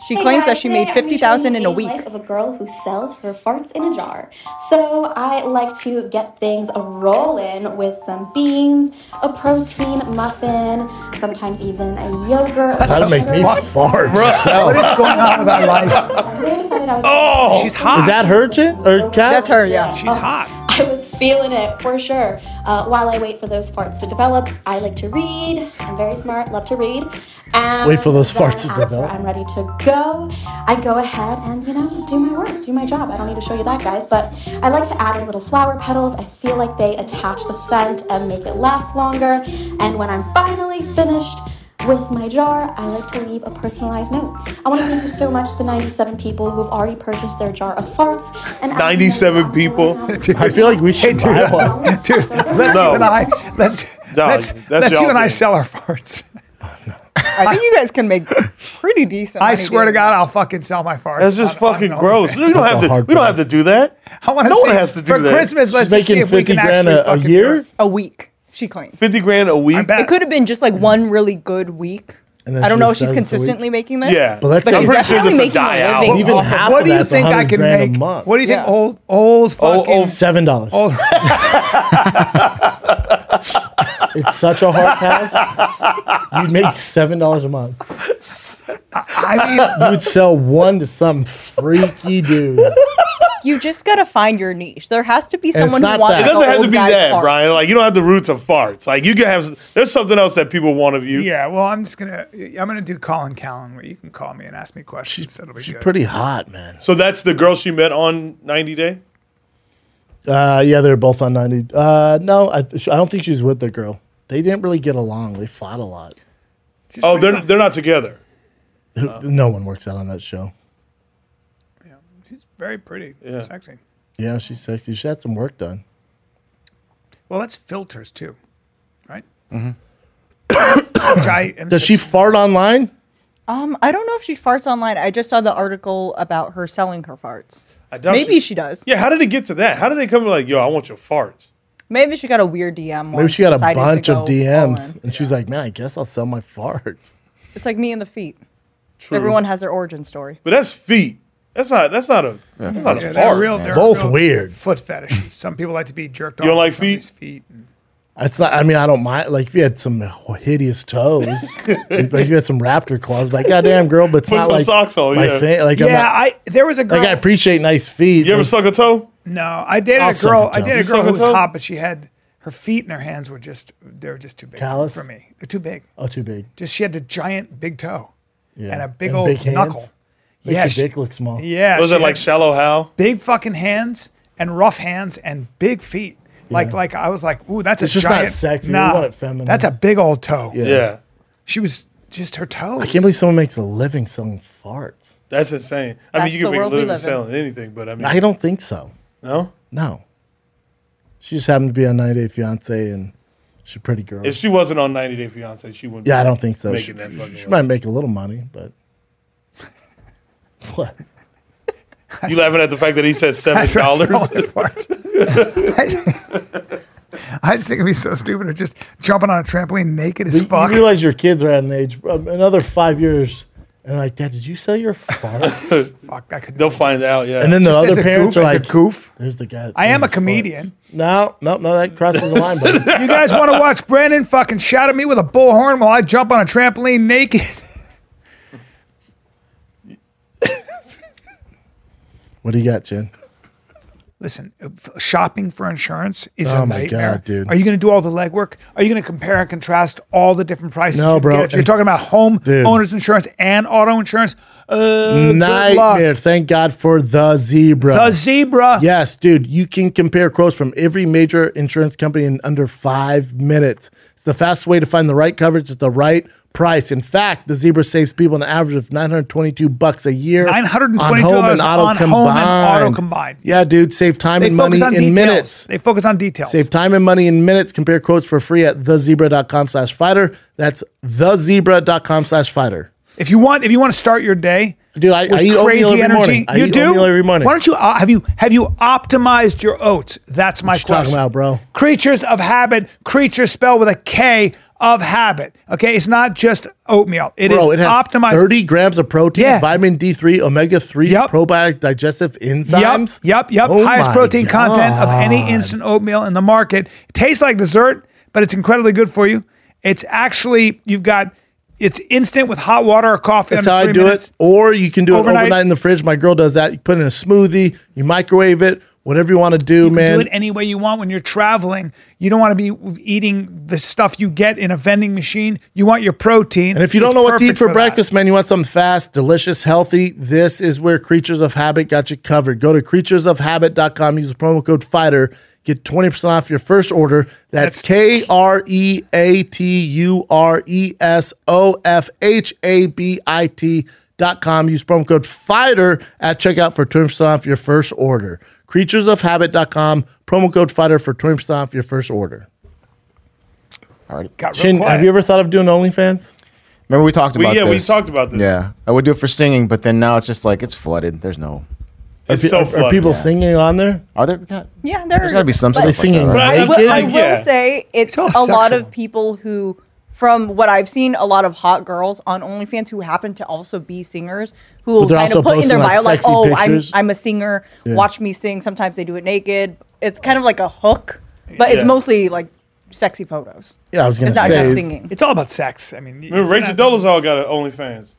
D: She claims that she made fifty thousand in a week.
F: Life of a girl who sells her farts in a jar. So I like to get things rolling with some beans, a protein muffin, sometimes even a yogurt.
B: That'd make me fart. myself.
A: What is going on with our life?
F: I really decided I was.
A: She's hot.
B: Oh! Is that her chin or cat?
D: That's her, yeah.
A: She's hot.
F: I was feeling it for sure. Uh, while I wait for those farts to develop, I like to read. I'm very smart, love to read. And
B: Wait for those
F: then
B: farts to
F: after
B: develop.
F: I'm ready to go. I go ahead and, you know, do my work, do my job. I don't need to show you that, guys, but I like to add in little flower petals. I feel like they attach the scent and make it last longer. And when I'm finally finished, with my jar, I like to leave a personalized note. I want to thank you so much to the 97 people who have already purchased their jar of farts. And I-
C: 97 people?
B: [LAUGHS] I
A: [LAUGHS]
B: feel like we should buy one.
A: Dude, let's
C: No.
A: you and I let's
C: No,
A: let's,
C: that's
A: let's you
C: y'all
A: and I
C: doing.
A: sell our farts.
D: I think you guys can make pretty decent.
A: I
D: money
A: swear to
D: doing
A: God, I'll fucking sell my farts.
C: That's just
A: on- on
C: fucking
A: OnlyFans.
C: gross. We don't have
B: a
C: to.
B: hard
C: We don't have
B: price.
C: to do that.
A: I want to.
C: No
A: see,
C: one has to do
A: for
C: that.
A: Christmas. Let's
B: She's
A: just see
B: making
A: if we
B: fifty
A: can
B: grand
A: actually
B: a, a
A: fucking do
B: year,
A: it.
D: a week. She claims
C: Fifty grand a week.
A: I bet.
D: it could have been just like one really good week.
B: And then
D: I don't
B: she
D: know if she's
B: sells the week.
D: consistently making this.
C: Yeah,
B: But that's-
D: but
B: I'm
D: she's
B: pretty
C: sure
D: definitely
C: this will
D: making
C: die
D: a
C: out.
D: living.
A: [LAUGHS]
B: Even
D: off of
B: half
A: What
B: of
A: do you
B: that's
A: think I
B: 100
A: can
B: grand a
A: make?
B: month.
A: What do you think
D: Yeah.
A: old old fucking
C: old- [LAUGHS]
B: Seven dollars.
A: old
B: [LAUGHS] It's such a hard pass. You'd make seven dollars a month.
A: I mean
B: You would sell one to some freaky dude.
D: You just gotta find your niche. There has to be
B: it's
D: someone
B: not
D: who wants.
B: that.
C: It
B: Like
C: doesn't
D: the
C: have to
D: old
C: be
D: guy's
C: that,
D: farts.
C: Brian. Like you don't have the roots of farts. Like you can have. There's something else that people want of you.
A: Yeah, well I'm just gonna I'm gonna do Colin Callan where you can call me and ask me questions. That'll be
B: She's
A: good.
B: pretty hot, man.
C: So that's the girl she met on 90 Day.
B: Uh, yeah, they're both on ninety. Uh, no, I, I don't think she was with the girl. They didn't really get along. They fought a lot.
A: She's
C: Oh,
A: pretty
C: they're
A: hot.
C: they're not together.
B: Who- no one works out on that show.
A: she's very pretty. Sexy.
B: Yeah, she's sexy. She had some work done.
A: Well, that's filters too, right? Mm-hmm. Which I
B: [COUGHS]
A: am
B: Does she fart online?
D: Um, I don't know if she farts online. I just saw the article about her selling her farts.
C: I doubt
D: Maybe she does.
C: Yeah. How did it get to that? How did they come to like, yo, I want your farts?
D: Maybe she got a weird DM.
B: Maybe
D: once
B: she got a
D: decided to
B: bunch
D: go
B: of
D: all
B: DMs,
D: in.
B: and she's like, "Man, I guess I'll sell my farts."
D: It's like me and the feet.
C: True.
D: Everyone has their origin story.
C: But that's feet. That's not. That's not a. That's not
A: Yeah,
C: a
A: they're
C: fart.
A: real, they're
B: Both
A: real
B: weird.
A: Foot fetishes. Some people like to be jerked off.
C: don't like
A: with somebody's feet
C: feet?
A: and-
B: It's not. I mean, I don't mind. Like if you had some hideous
C: [LAUGHS]
B: toes, like if you had some raptor claws, like goddamn girl, but it's
C: Put
B: not
C: some
B: like
C: socks on,
B: my
C: yeah.
B: thing. Like I'm
A: yeah,
B: not,
A: I there was a girl.
B: like I appreciate nice feet.
C: You ever
B: but-
C: suck a toe?
A: no, I dated
B: I'll
A: a
B: suck
A: girl.
B: a
A: I
B: toe.
A: dated a girl
C: You suck a
A: who was
C: toe?
A: hot, but she had her feet and her hands were just they were just too big
B: Callous?
A: for me. They're too big.
B: oh, too big.
A: Just she had a giant big toe
B: Yeah.
A: and a big old
B: hands?
A: knuckle.
B: Makes
A: Yeah,
B: your
A: she-
B: dick look small.
A: Yeah,
C: Was
A: she
C: it like
A: had-
C: shallow how?
A: big fucking hands and rough hands and big feet. Like
B: Yeah.
A: like I was like, ooh, that's
B: It's
A: a
B: just not
A: giant,
B: sexy. You
A: Nah,
B: want it feminine.
A: That's a big old toe.
B: Yeah.
C: Yeah.
A: She was just her toes.
B: I
A: [LAUGHS]
B: can't believe someone makes a living selling farts.
C: That's insane. I
D: That's
C: mean, you
D: the
C: can make a
D: world we
C: living
D: live in.
C: selling anything, but I mean,
B: I don't think so.
C: no.
B: No. She just happened to be on 90 Day Fiance and she's a pretty girl.
C: If she wasn't on 90 Day Fiance, she wouldn't.
B: yeah, I don't think so.
C: Making
B: She,
C: that fucking
B: she
C: up.
B: might make a little money, but. [LAUGHS] What?
C: You laughing at the fact that
B: [LAUGHS]
C: he said seven
A: That's what
C: dollars?
A: I'm telling you, Bart. [LAUGHS] I, I just think it'd be so stupid of just jumping on a trampoline naked as
B: You, you
A: fuck.
B: realize your kids are at an age, um, another five years, and they're like, Dad, did you sell
A: [LAUGHS]
B: your farts?
A: fuck, I could.
C: They'll find out. Yeah.
B: And then the
A: Just as
B: other
A: a
B: parents
A: goof,
B: are
A: as a
B: like,
A: goof.
B: There's the guy. that
A: I am
B: sells
A: a
B: farts."
A: comedian.
B: No, no, no, that crosses the line, buddy.
A: [LAUGHS] You guys want to watch Brandon fucking shout at me with a bullhorn while I jump on a trampoline naked? [LAUGHS]
B: What do you got, Jen?
A: Listen, f- shopping for insurance is
B: Oh
A: a
B: my
A: nightmare.
B: God, dude.
A: Are you going to do all the legwork? Are you going to compare and contrast all the different prices?
B: No,
A: you can
B: bro.
A: get? If you're talking about home
B: Dude.
A: owners insurance and auto insurance, uh, good luck.
B: Nightmare. Thank God for the zebra.
A: The zebra.
B: Yes, dude, you can compare quotes from every major insurance company in under five minutes. It's the fastest way to find the right coverage at the right price. In fact, the Zebra saves people an average of 922 bucks a year.
A: $922 on home and auto combined.
B: Yeah, dude, save time
A: They
B: and
A: focus
B: money
A: on
B: in
A: details.
B: minutes.
A: They focus on details.
B: Save time and money in minutes. Compare quotes for free at thezebra.com slash fighter. That's thezebra.com slash fighter.
A: If you want, if you want to start your day,
B: Dude, I-
A: with
B: I eat oatmeal every morning. I
A: you
B: eat
A: do
B: oatmeal every morning.
A: Why don't you uh, have you have you optimized your oats? That's my
B: you talking
A: question.
B: about, bro?
A: Creatures of habit. Creatures spelled with a K of habit. Okay, it's not just oatmeal. It is
B: Bro, it has
A: optimized.
B: 30 grams of protein,
A: Yeah.
B: vitamin D3, omega 3,
A: Yep.
B: probiotic digestive
A: Yep,
B: enzymes.
A: yep, yep.
B: Oh
A: Highest
B: my
A: protein content of any
B: God.
A: instant oatmeal in the market. Tastes like dessert, but it's incredibly good for you. It's actually you've got it's instant with hot water or coffee.
B: That's how
A: under
B: I
A: three
B: do
A: minutes.
B: it. Or you can do it
A: Overnight.
B: overnight in the fridge. My girl does that. You put it in a smoothie, you microwave it, whatever you want to do, man.
A: do it any way you want when you're traveling. You don't want to be eating the stuff you get in a vending machine. You want your protein.
B: and if you don't
A: It's
B: know what to eat
A: perfect
B: for,
A: that.
B: breakfast, man, you want something fast, delicious, healthy. This is where Creatures of Habit got you covered. Go to creaturesofhabit.com, use the promo code FIGHTER, get 20% off your first order.
A: That's-
B: That's K R E A T U R E S O F H A B I T dot com. Use promo code FIGHTER at checkout for 20% off your first order. Creaturesofhabit.com, promo code FIGHTER for 20% off your first order.
A: Got real
B: Chin,
A: quiet.
B: have you ever thought of doing OnlyFans?
E: Remember we talked
C: We-
E: about
C: yeah, we
E: this.
C: talked about this.
E: Yeah, I would do it for singing, but then now it's just like it's flooded. There's no.
C: It's
B: Are-
C: so
B: are,
C: fun.
B: people singing on there?
E: Are there? God,
D: Yeah, there
E: there's got to be some
D: but-
E: stuff.
B: They
E: like
B: singing
E: that, right?
D: I
B: naked?
D: will, I
C: Like,
D: will
C: yeah.
D: say it's,
A: all
D: a lot
A: sexual.
D: of people who, from what I've seen, a lot of hot girls on OnlyFans who happen to also be singers who will
B: they're
D: kind
B: also
D: of put in
B: posting,
D: their
B: like,
D: bio like,
B: sexy
D: "Oh,
B: pictures."
D: I'm I'm a singer. Watch me sing." Sometimes they do it naked. It's kind of like a hook, but it's
C: Yeah.
D: mostly like sexy photos.
B: Yeah, I was gonna
D: It's not
B: say.
D: just singing.
A: It's all about sex. I mean,
C: Remember, Rachel Dolezal got an OnlyFans.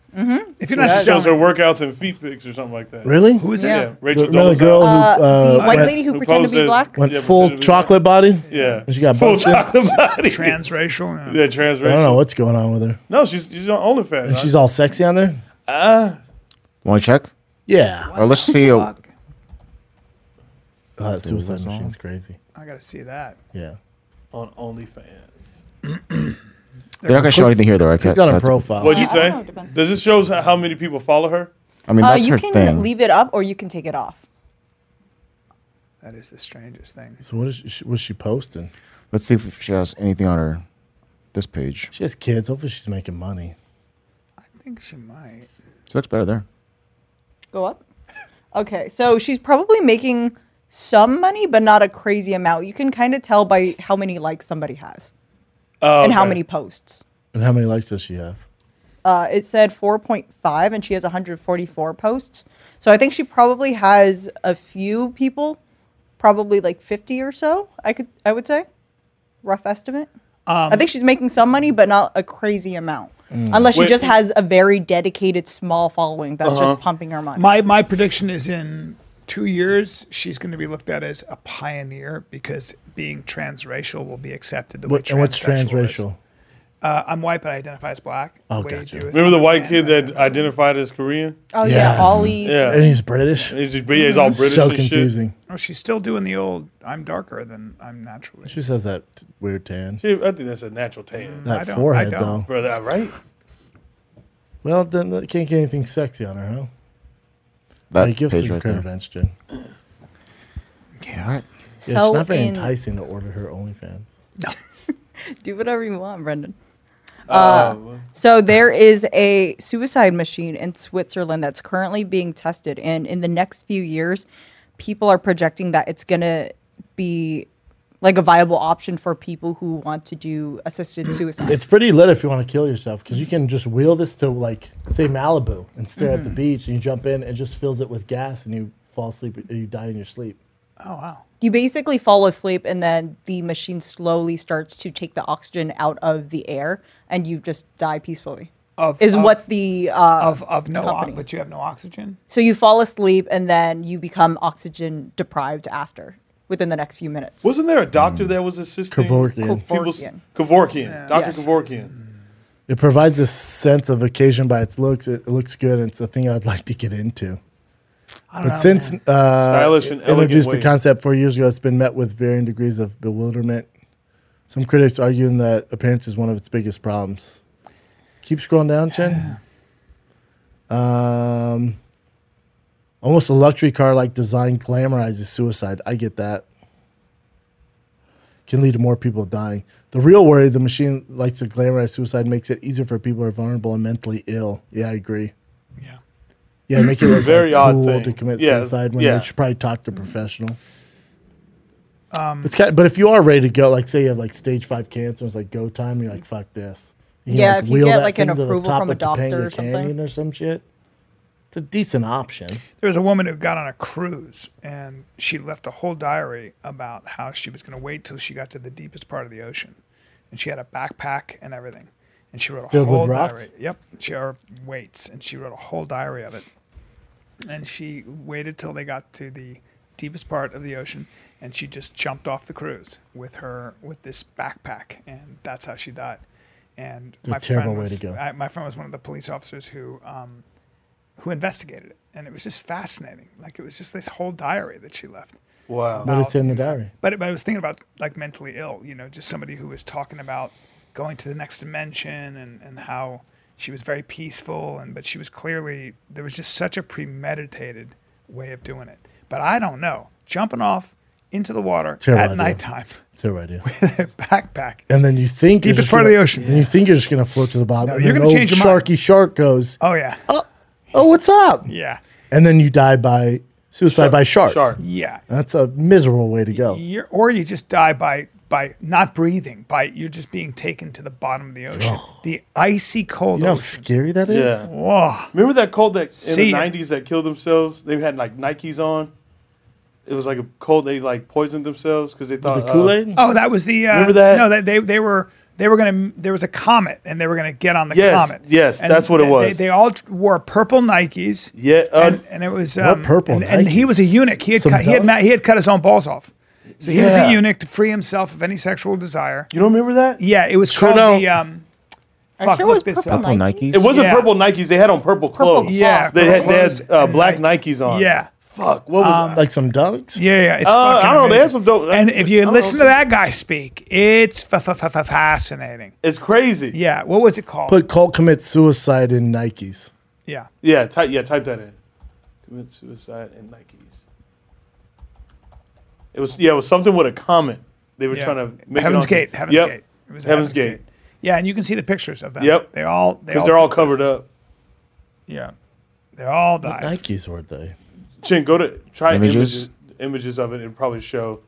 A: If you're not
C: She shows her
A: selling,
C: workouts and feet pics or something like that.
B: Really?
A: who is
D: Yeah.
A: this?
C: Yeah, Rachel
B: the, remember the
C: Dolezal.
B: girl who uh,
D: White
B: went,
D: lady who,
C: Who
D: pretended to be
C: poses-
D: black.
B: went
C: Yeah,
B: full
C: pretended to be
B: chocolate body.
C: Yeah.
B: And she got
C: full
B: busted. I
C: chocolate body.
A: Transracial. Yeah.
C: [LAUGHS] Yeah, trans.
B: don't know what's going on with her.
C: No, she's she's on OnlyFans.
B: And she's all sexy on there.
E: Want to check?
B: Yeah.
E: Or let's see. uh,
A: Fuck.
B: Oh, that suicide machine's crazy.
A: I gotta see that.
B: Yeah.
C: on OnlyFans.
E: They're not gonna show anything here, though. Right?
B: She's got
E: So
B: a
E: it's-
B: profile.
C: What'd you
D: I don't
C: say?
D: know, it depends.
C: Does this shows how many people follow her?
E: I mean,
D: uh,
E: that's
D: you
E: her
D: can
E: thing.
D: leave it up or you can take it off.
A: That is the strangest thing.
B: so what is she, was she posting?
E: Let's see if she has anything on her this page.
B: She has kids. Hopefully she's making money.
A: I think she might.
E: She looks better there.
D: Go up. Okay, so she's probably making some money, but not a crazy amount. You can kind of tell by how many likes somebody has
C: Oh,
D: and how
C: okay.
D: many posts.
B: And how many likes does she have?
D: Uh, it said 4.5, and she has 144 posts. So I think she probably has a few people, probably like 50 or so. I could, I would say, rough estimate.
C: Um,
D: I think she's making some money, but not a crazy amount. Unless she
C: Mm. Wait. Uh-huh.
D: just has a very dedicated small following that's just pumping her money.
A: My my prediction is in two years she's going to be looked at as a pioneer because being transracial will be accepted. The way
B: What, and what's
A: transsexual is.
B: transracial?
A: Uh, I'm white, but I identify as black.
B: Oh,
A: Way you
B: gotcha.
A: do it-
C: Remember the white kid that identified as Korean?
D: oh
B: Yes.
D: yeah, Ollie's.
C: Yeah.
B: And he's British.
C: He's, just- he's all British.
B: so
C: and shit.
B: confusing.
A: Oh, she's still doing the old. I'm darker than I'm naturally.
B: She just has that t- weird tan.
C: Dude, I think that's a natural
D: Mm-hmm.
C: tan,
A: I
B: That
A: don't-
B: forehead,
A: I don't.
B: though.
C: brother. Right?
B: Well, then that can't get anything sexy on her, huh?
E: That
B: Like, give us
E: page
B: some
E: right
B: current
E: there.
B: events, Jen.
A: Yeah.
B: Yeah,
D: So
B: it's not very
D: in-
B: enticing to order her OnlyFans.
D: Do whatever you want, Brendan. Uh, so there is a suicide machine in Switzerland that's currently being tested, and in the next few years, people are projecting that it's gonna be like a viable option for people who want to do
A: [CLEARS THROAT]
D: assisted suicide.
B: It's pretty lit if you want to kill yourself because you can just wheel this to like say Malibu and stare
D: Mm-hmm.
B: at the beach and you jump in and it just fills it with gas and you fall asleep or you die in your sleep.
A: Oh wow.
D: you basically fall asleep, and then the machine slowly starts to take the oxygen out of the air, and you just die peacefully.
A: Of-
D: is
A: of-
D: what the uh,
A: Of of no, o-
D: Company.
A: but you have no oxygen.
D: So you fall asleep and then you become oxygen deprived after within the next few minutes.
C: Wasn't there a doctor that was assisting?
B: Mm. Kevorkian. Mm.
C: People's-
D: Kevorkian.
C: Kevorkian. Doctor
D: Yes.
C: Kevorkian.
B: It provides a sense of occasion by its looks. It, it looks good and it's a thing I'd like to get into.
A: I don't
B: But
A: know.
B: since
A: man.
B: uh,
C: Stylish and elegant
B: introduced the
C: way.
B: concept four years ago, it's been met with varying degrees of bewilderment. Some critics arguing that appearance is one of its biggest problems. Keep scrolling down, Chen. Um, almost a luxury car like design glamorizes suicide. I get that. Can lead to more people dying. The real worry the machine likes to glamorize suicide makes it easier for people who are vulnerable and mentally ill. Yeah, I agree.
A: yeah.
B: Yeah,
C: [CLEARS THROAT]
B: make it look
C: Very
B: very
C: odd
B: cool
C: thing.
B: to commit
C: Yeah,
B: suicide when
C: yeah.
B: they should probably talk to a professional.
D: Um,
B: it's kind but if you are ready to go, like say you have like stage five cancer, it's like go time. You're like fuck this. You can,
D: Yeah, if you
B: wheel
D: get,
B: that
D: like, an
B: thing to the
D: approval
B: top
D: from a
B: of Topanga
D: doctor or something.
B: Canyon or some shit. It's a decent option.
A: There was a woman who got on a cruise and she left a whole diary about how she was going to wait till she got to the deepest part of the ocean. And she had a backpack and everything. And she wrote a
B: Filled with
A: whole
B: rocks?
A: diary. Yep. She or weights and she wrote a whole diary of it. And she waited till they got to the deepest part of the ocean and she just jumped off the cruise with her with this backpack and that's how she died. And
B: a terrible way
A: was,
B: to go.
A: I, my friend was one of the police officers who um, who investigated it, and it was just fascinating. Like it was just this whole diary that she left.
C: Wow.
B: But it's in the diary.
A: But, but I was thinking about like mentally ill, you know, just somebody who was talking about going to the next dimension and, and how she was very peaceful and but she was clearly there was just such a premeditated way of doing it. But I don't know. Jumping off into the water
B: Terrible
A: at
B: idea.
A: nighttime [LAUGHS]
B: It's a idea.
A: backpack.
B: And then you think you're
A: Deepest
B: just
A: part of
B: gonna-
A: the ocean.
B: Then you think you're just gonna float to the bottom.
A: No,
B: and
A: you're
B: then
A: gonna
B: old
A: change your mind.
B: Sharky shark goes.
A: Oh yeah.
B: Oh, oh, what's up?
A: Yeah.
B: And then you die by suicide by shark.
C: Shark.
A: Yeah.
B: That's a miserable way to go.
A: You're, or you just die by by not breathing. By you're just being taken to the bottom of the ocean, the icy cold
B: You know how
A: ocean.
B: scary that is?
C: Yeah.
A: Whoa!
C: Remember that cult that in
A: See
C: the
A: ya.
C: nineties that killed themselves? They had like Nikes on. It was like a cult. They like poisoned themselves because they thought uh,
B: The Kool Aid?
A: Oh, that was the uh,
C: Remember that?
A: No, that they they were they were gonna there was a comet and they were gonna get on the
C: Yes,
A: comet.
C: yes,
A: And
C: that's what it
A: they-
C: was.
A: They, they all tr- wore purple Nikes.
C: Yeah, uh,
A: and, and it was um,
B: purple
A: And, and he
B: Nikes?
A: was a eunuch. He had
B: Some
A: cut, he had
B: dunks?
A: ma- he had cut his own balls off. So he was
C: Yeah.
A: a eunuch to free himself of any sexual desire.
C: you don't remember that?
A: Yeah, it was
B: Sure
A: called
B: don't.
A: the um.
D: Are you
A: Fuck,
D: sure it
A: look
D: was
A: this
D: purple
A: up.
E: Apple Nikes.
C: It wasn't
A: Yeah.
C: purple Nikes. They had on purple clothes.
D: clothes.
A: Yeah,
C: They had, they
A: clothes
C: had uh,
A: and
C: black
A: Nike-
C: Nikes on.
A: Yeah.
C: Fuck. Uh, What was that?
B: Um, Like some dunks?
A: Yeah, yeah. It's
C: Uh, I
A: fucking
C: don't know, they
A: amazing.
C: had some dope-
A: And if
C: I
A: you
C: don't
A: listen
C: know.
A: to that guy speak, it's fa- fa- fa- fa- fascinating.
C: It's crazy. Yeah.
A: Yeah. What was it called?
B: Put cult commit suicide in Nikes.
A: yeah.
C: Yeah. Type. Yeah. Type that in. Commit suicide and Nikes. It was yeah. It was something with a comment. They were
A: yeah.
C: trying to make
A: Heaven's
C: it on-
A: Gate. Heaven's
C: Yep.
A: Gate. It was
C: Heaven's Gate.
A: Yeah, and you can see the pictures of them.
C: Yep.
A: They all they
C: Because they're all covered up.
A: Yeah. They all died.
B: Nikes were they?
C: Chin, go to try
E: Images?
C: images images of it and probably show.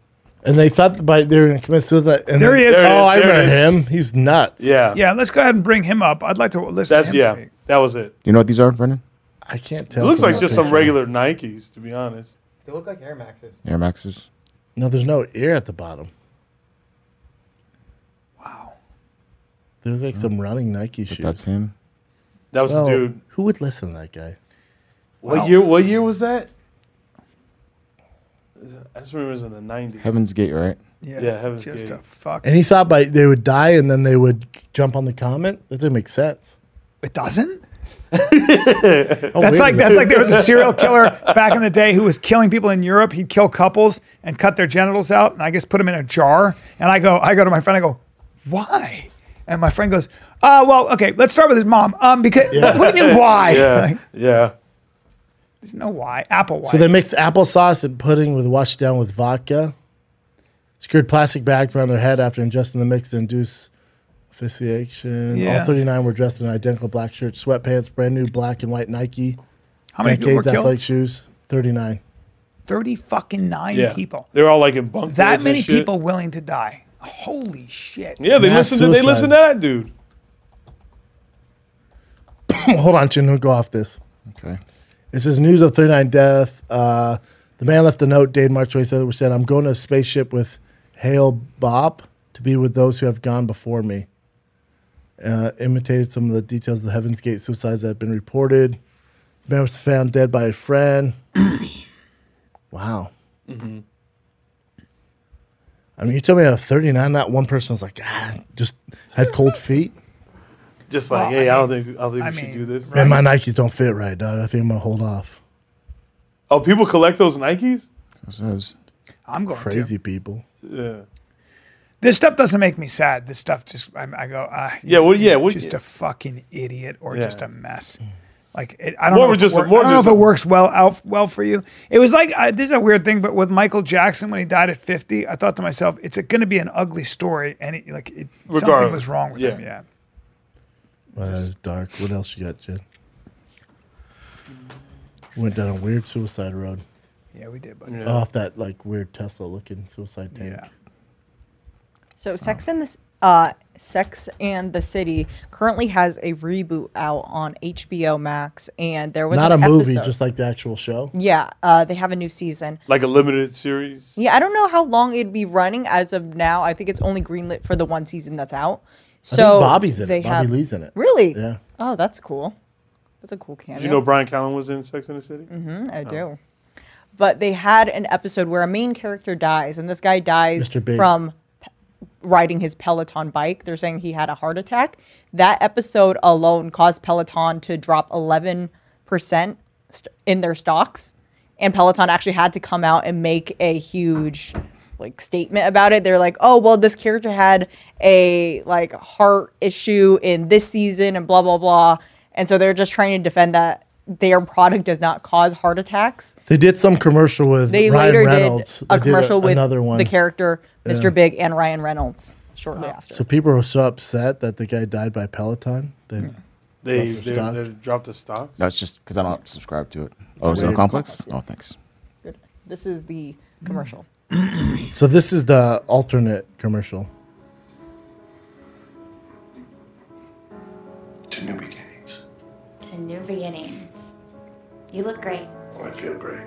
B: And they thought that by they were gonna commit suicide. And
A: There
B: then-
A: he is. There
C: it
B: oh,
C: is,
B: I
C: there it
B: remember
C: is.
B: him. He's nuts.
C: Yeah.
A: Yeah, let's go ahead and bring him up. I'd like to listen
C: That's
A: to him
C: yeah.
A: speak.
C: That was it.
E: You know what these are, Brendan?
B: I can't
C: It
B: tell.
C: looks
B: from
C: like
B: that
C: just some
B: picture.
C: regular Nikes, to be honest.
G: They look like Air Maxes.
E: Air Maxes.
B: No, there's no ear at the bottom. It was like some running Nike shoes.
E: That's him.
C: That was
B: Well,
C: the dude.
B: Who would listen to that guy?
C: What year? What year was that? I just remember it was in the nineties.
E: Heaven's Gate, right?
A: Yeah,
C: Yeah, Heaven's
A: just
C: Gate.
A: a fuck.
B: And he thought by they would die and then they would jump on the comment. That didn't make sense. Oh,
A: It doesn't.
B: How
A: That's
B: weird
A: like
B: is
A: that's like there was a serial
B: [LAUGHS]
A: killer back in the day who was killing people in Europe. He'd kill couples and cut their genitals out, and I guess put them in a jar. And I go, I go to my friend, I go, why? And my friend goes, uh, well, okay, let's start with his mom. Um, because what do you mean why?
C: [LAUGHS] Yeah,
A: Like,
C: yeah.
A: [LAUGHS] there's no why. Apple why?
B: So they mixed applesauce and pudding with washed down with vodka. Secured plastic bags around their head after ingesting the mix to induce asphyxiation.
A: Yeah.
B: All 39 were dressed in identical black shirts, sweatpants, brand new black and white Nike,
A: How many people were
B: decades athletic
A: killed?
B: shoes. 39.
A: Thirty fucking nine
C: yeah.
A: people.
C: They're all like in bunk
A: That
C: beds and
A: many
C: shit.
A: people willing to die. Holy shit.
C: Yeah, they
B: Mass
C: listen. To, they
B: suicide.
C: listen to that dude.
B: [CLEARS THROAT] Hold on, Chin. Don't go off this.
E: Okay.
B: This is news of 39 death. Uh, the man left a note dated March 27th, said, I'm going to a spaceship with Hale Bob to be with those who have gone before me. Uh, imitated some of the details of the Heaven's Gate suicides that have been reported. Man was found dead by a friend. [CLEARS THROAT] wow. I mean, you tell me out of 39, not one person was like, ah, just had cold feet.
C: Just like,
A: Well,
C: hey,
A: I
C: I, don't think I don't think
A: I
C: we should
A: mean,
C: do this.
A: right.
B: Man, my Nikes don't fit right, dog. I think I'm going to hold off.
C: Oh, people collect those Nikes.
E: It says
A: I'm going to.
B: Crazy people.
C: Yeah.
A: This stuff doesn't make me sad. This stuff just I, I go ah,
C: Yeah, well, yeah,
A: you're
C: what-
A: just a fucking idiot or
C: Yeah.
A: just a mess. Like it, I don't
C: More
A: know. If
C: just-
A: it work-
C: more
A: I don't know if
C: just-
A: it works well out well for you. It was like I, this is a weird thing, but with Michael Jackson when he died at fifty, I thought to myself, it's going to be an ugly story, and it, like it, something
C: Regardless.
A: was wrong with
C: Yeah.
A: him. Yeah,
B: Well, that was Uh, dark. What else you got, Jen? Went down a weird suicide road
A: yeah, we did, buddy.
C: Yeah.
B: off that like weird Tesla looking suicide tank.
A: Yeah.
D: So Sex and the C- uh, Sex and the City currently has a reboot out on HBO Max, and there was
B: Not a
D: an
B: movie,
D: episode-
B: just like the actual show.
D: yeah, uh, they have a new season.
C: Like a limited series.
D: Yeah, I don't know how long it'd be running as of now. I think it's only greenlit for the one season that's out.
B: I
D: So
B: think Bobby's in
D: they
B: it. Bobby
D: have-
B: Lee's in it.
D: Really?
B: Yeah.
D: Oh, that's cool. That's a cool cameo.
C: Did you know Brian Callen was in Sex and the City?
D: Mm, I do. But they had an episode where a main character dies, and this guy dies
B: Mr. Big.
D: from pe- riding his Peloton bike. They're saying he had a heart attack. That episode alone caused Peloton to drop 11% st- in their stocks, and Peloton actually had to come out and make a huge like statement about it. They're like, "Oh, well, this character had a like heart issue in this season and blah blah blah." And so they're just trying to defend that their product does not cause heart attacks.
B: They did some commercial with
D: They
B: Ryan
D: later
B: Reynolds.
D: did
B: They
D: a commercial with
B: another one.
D: the character Mr. Big and Ryan Reynolds shortly after.
B: So people were so upset that the guy died by Peloton. They,
C: They,
B: Dropped
C: they,
B: the stock.
C: they dropped the stocks.
E: that's just because I don't subscribe to it. Oh, is it
B: weird
E: a complex? Oh, thanks.
D: Good. This is the commercial.
B: so this is the alternate commercial.
G: to new beginnings.
F: To new beginnings. You look great.
G: Oh, I feel great.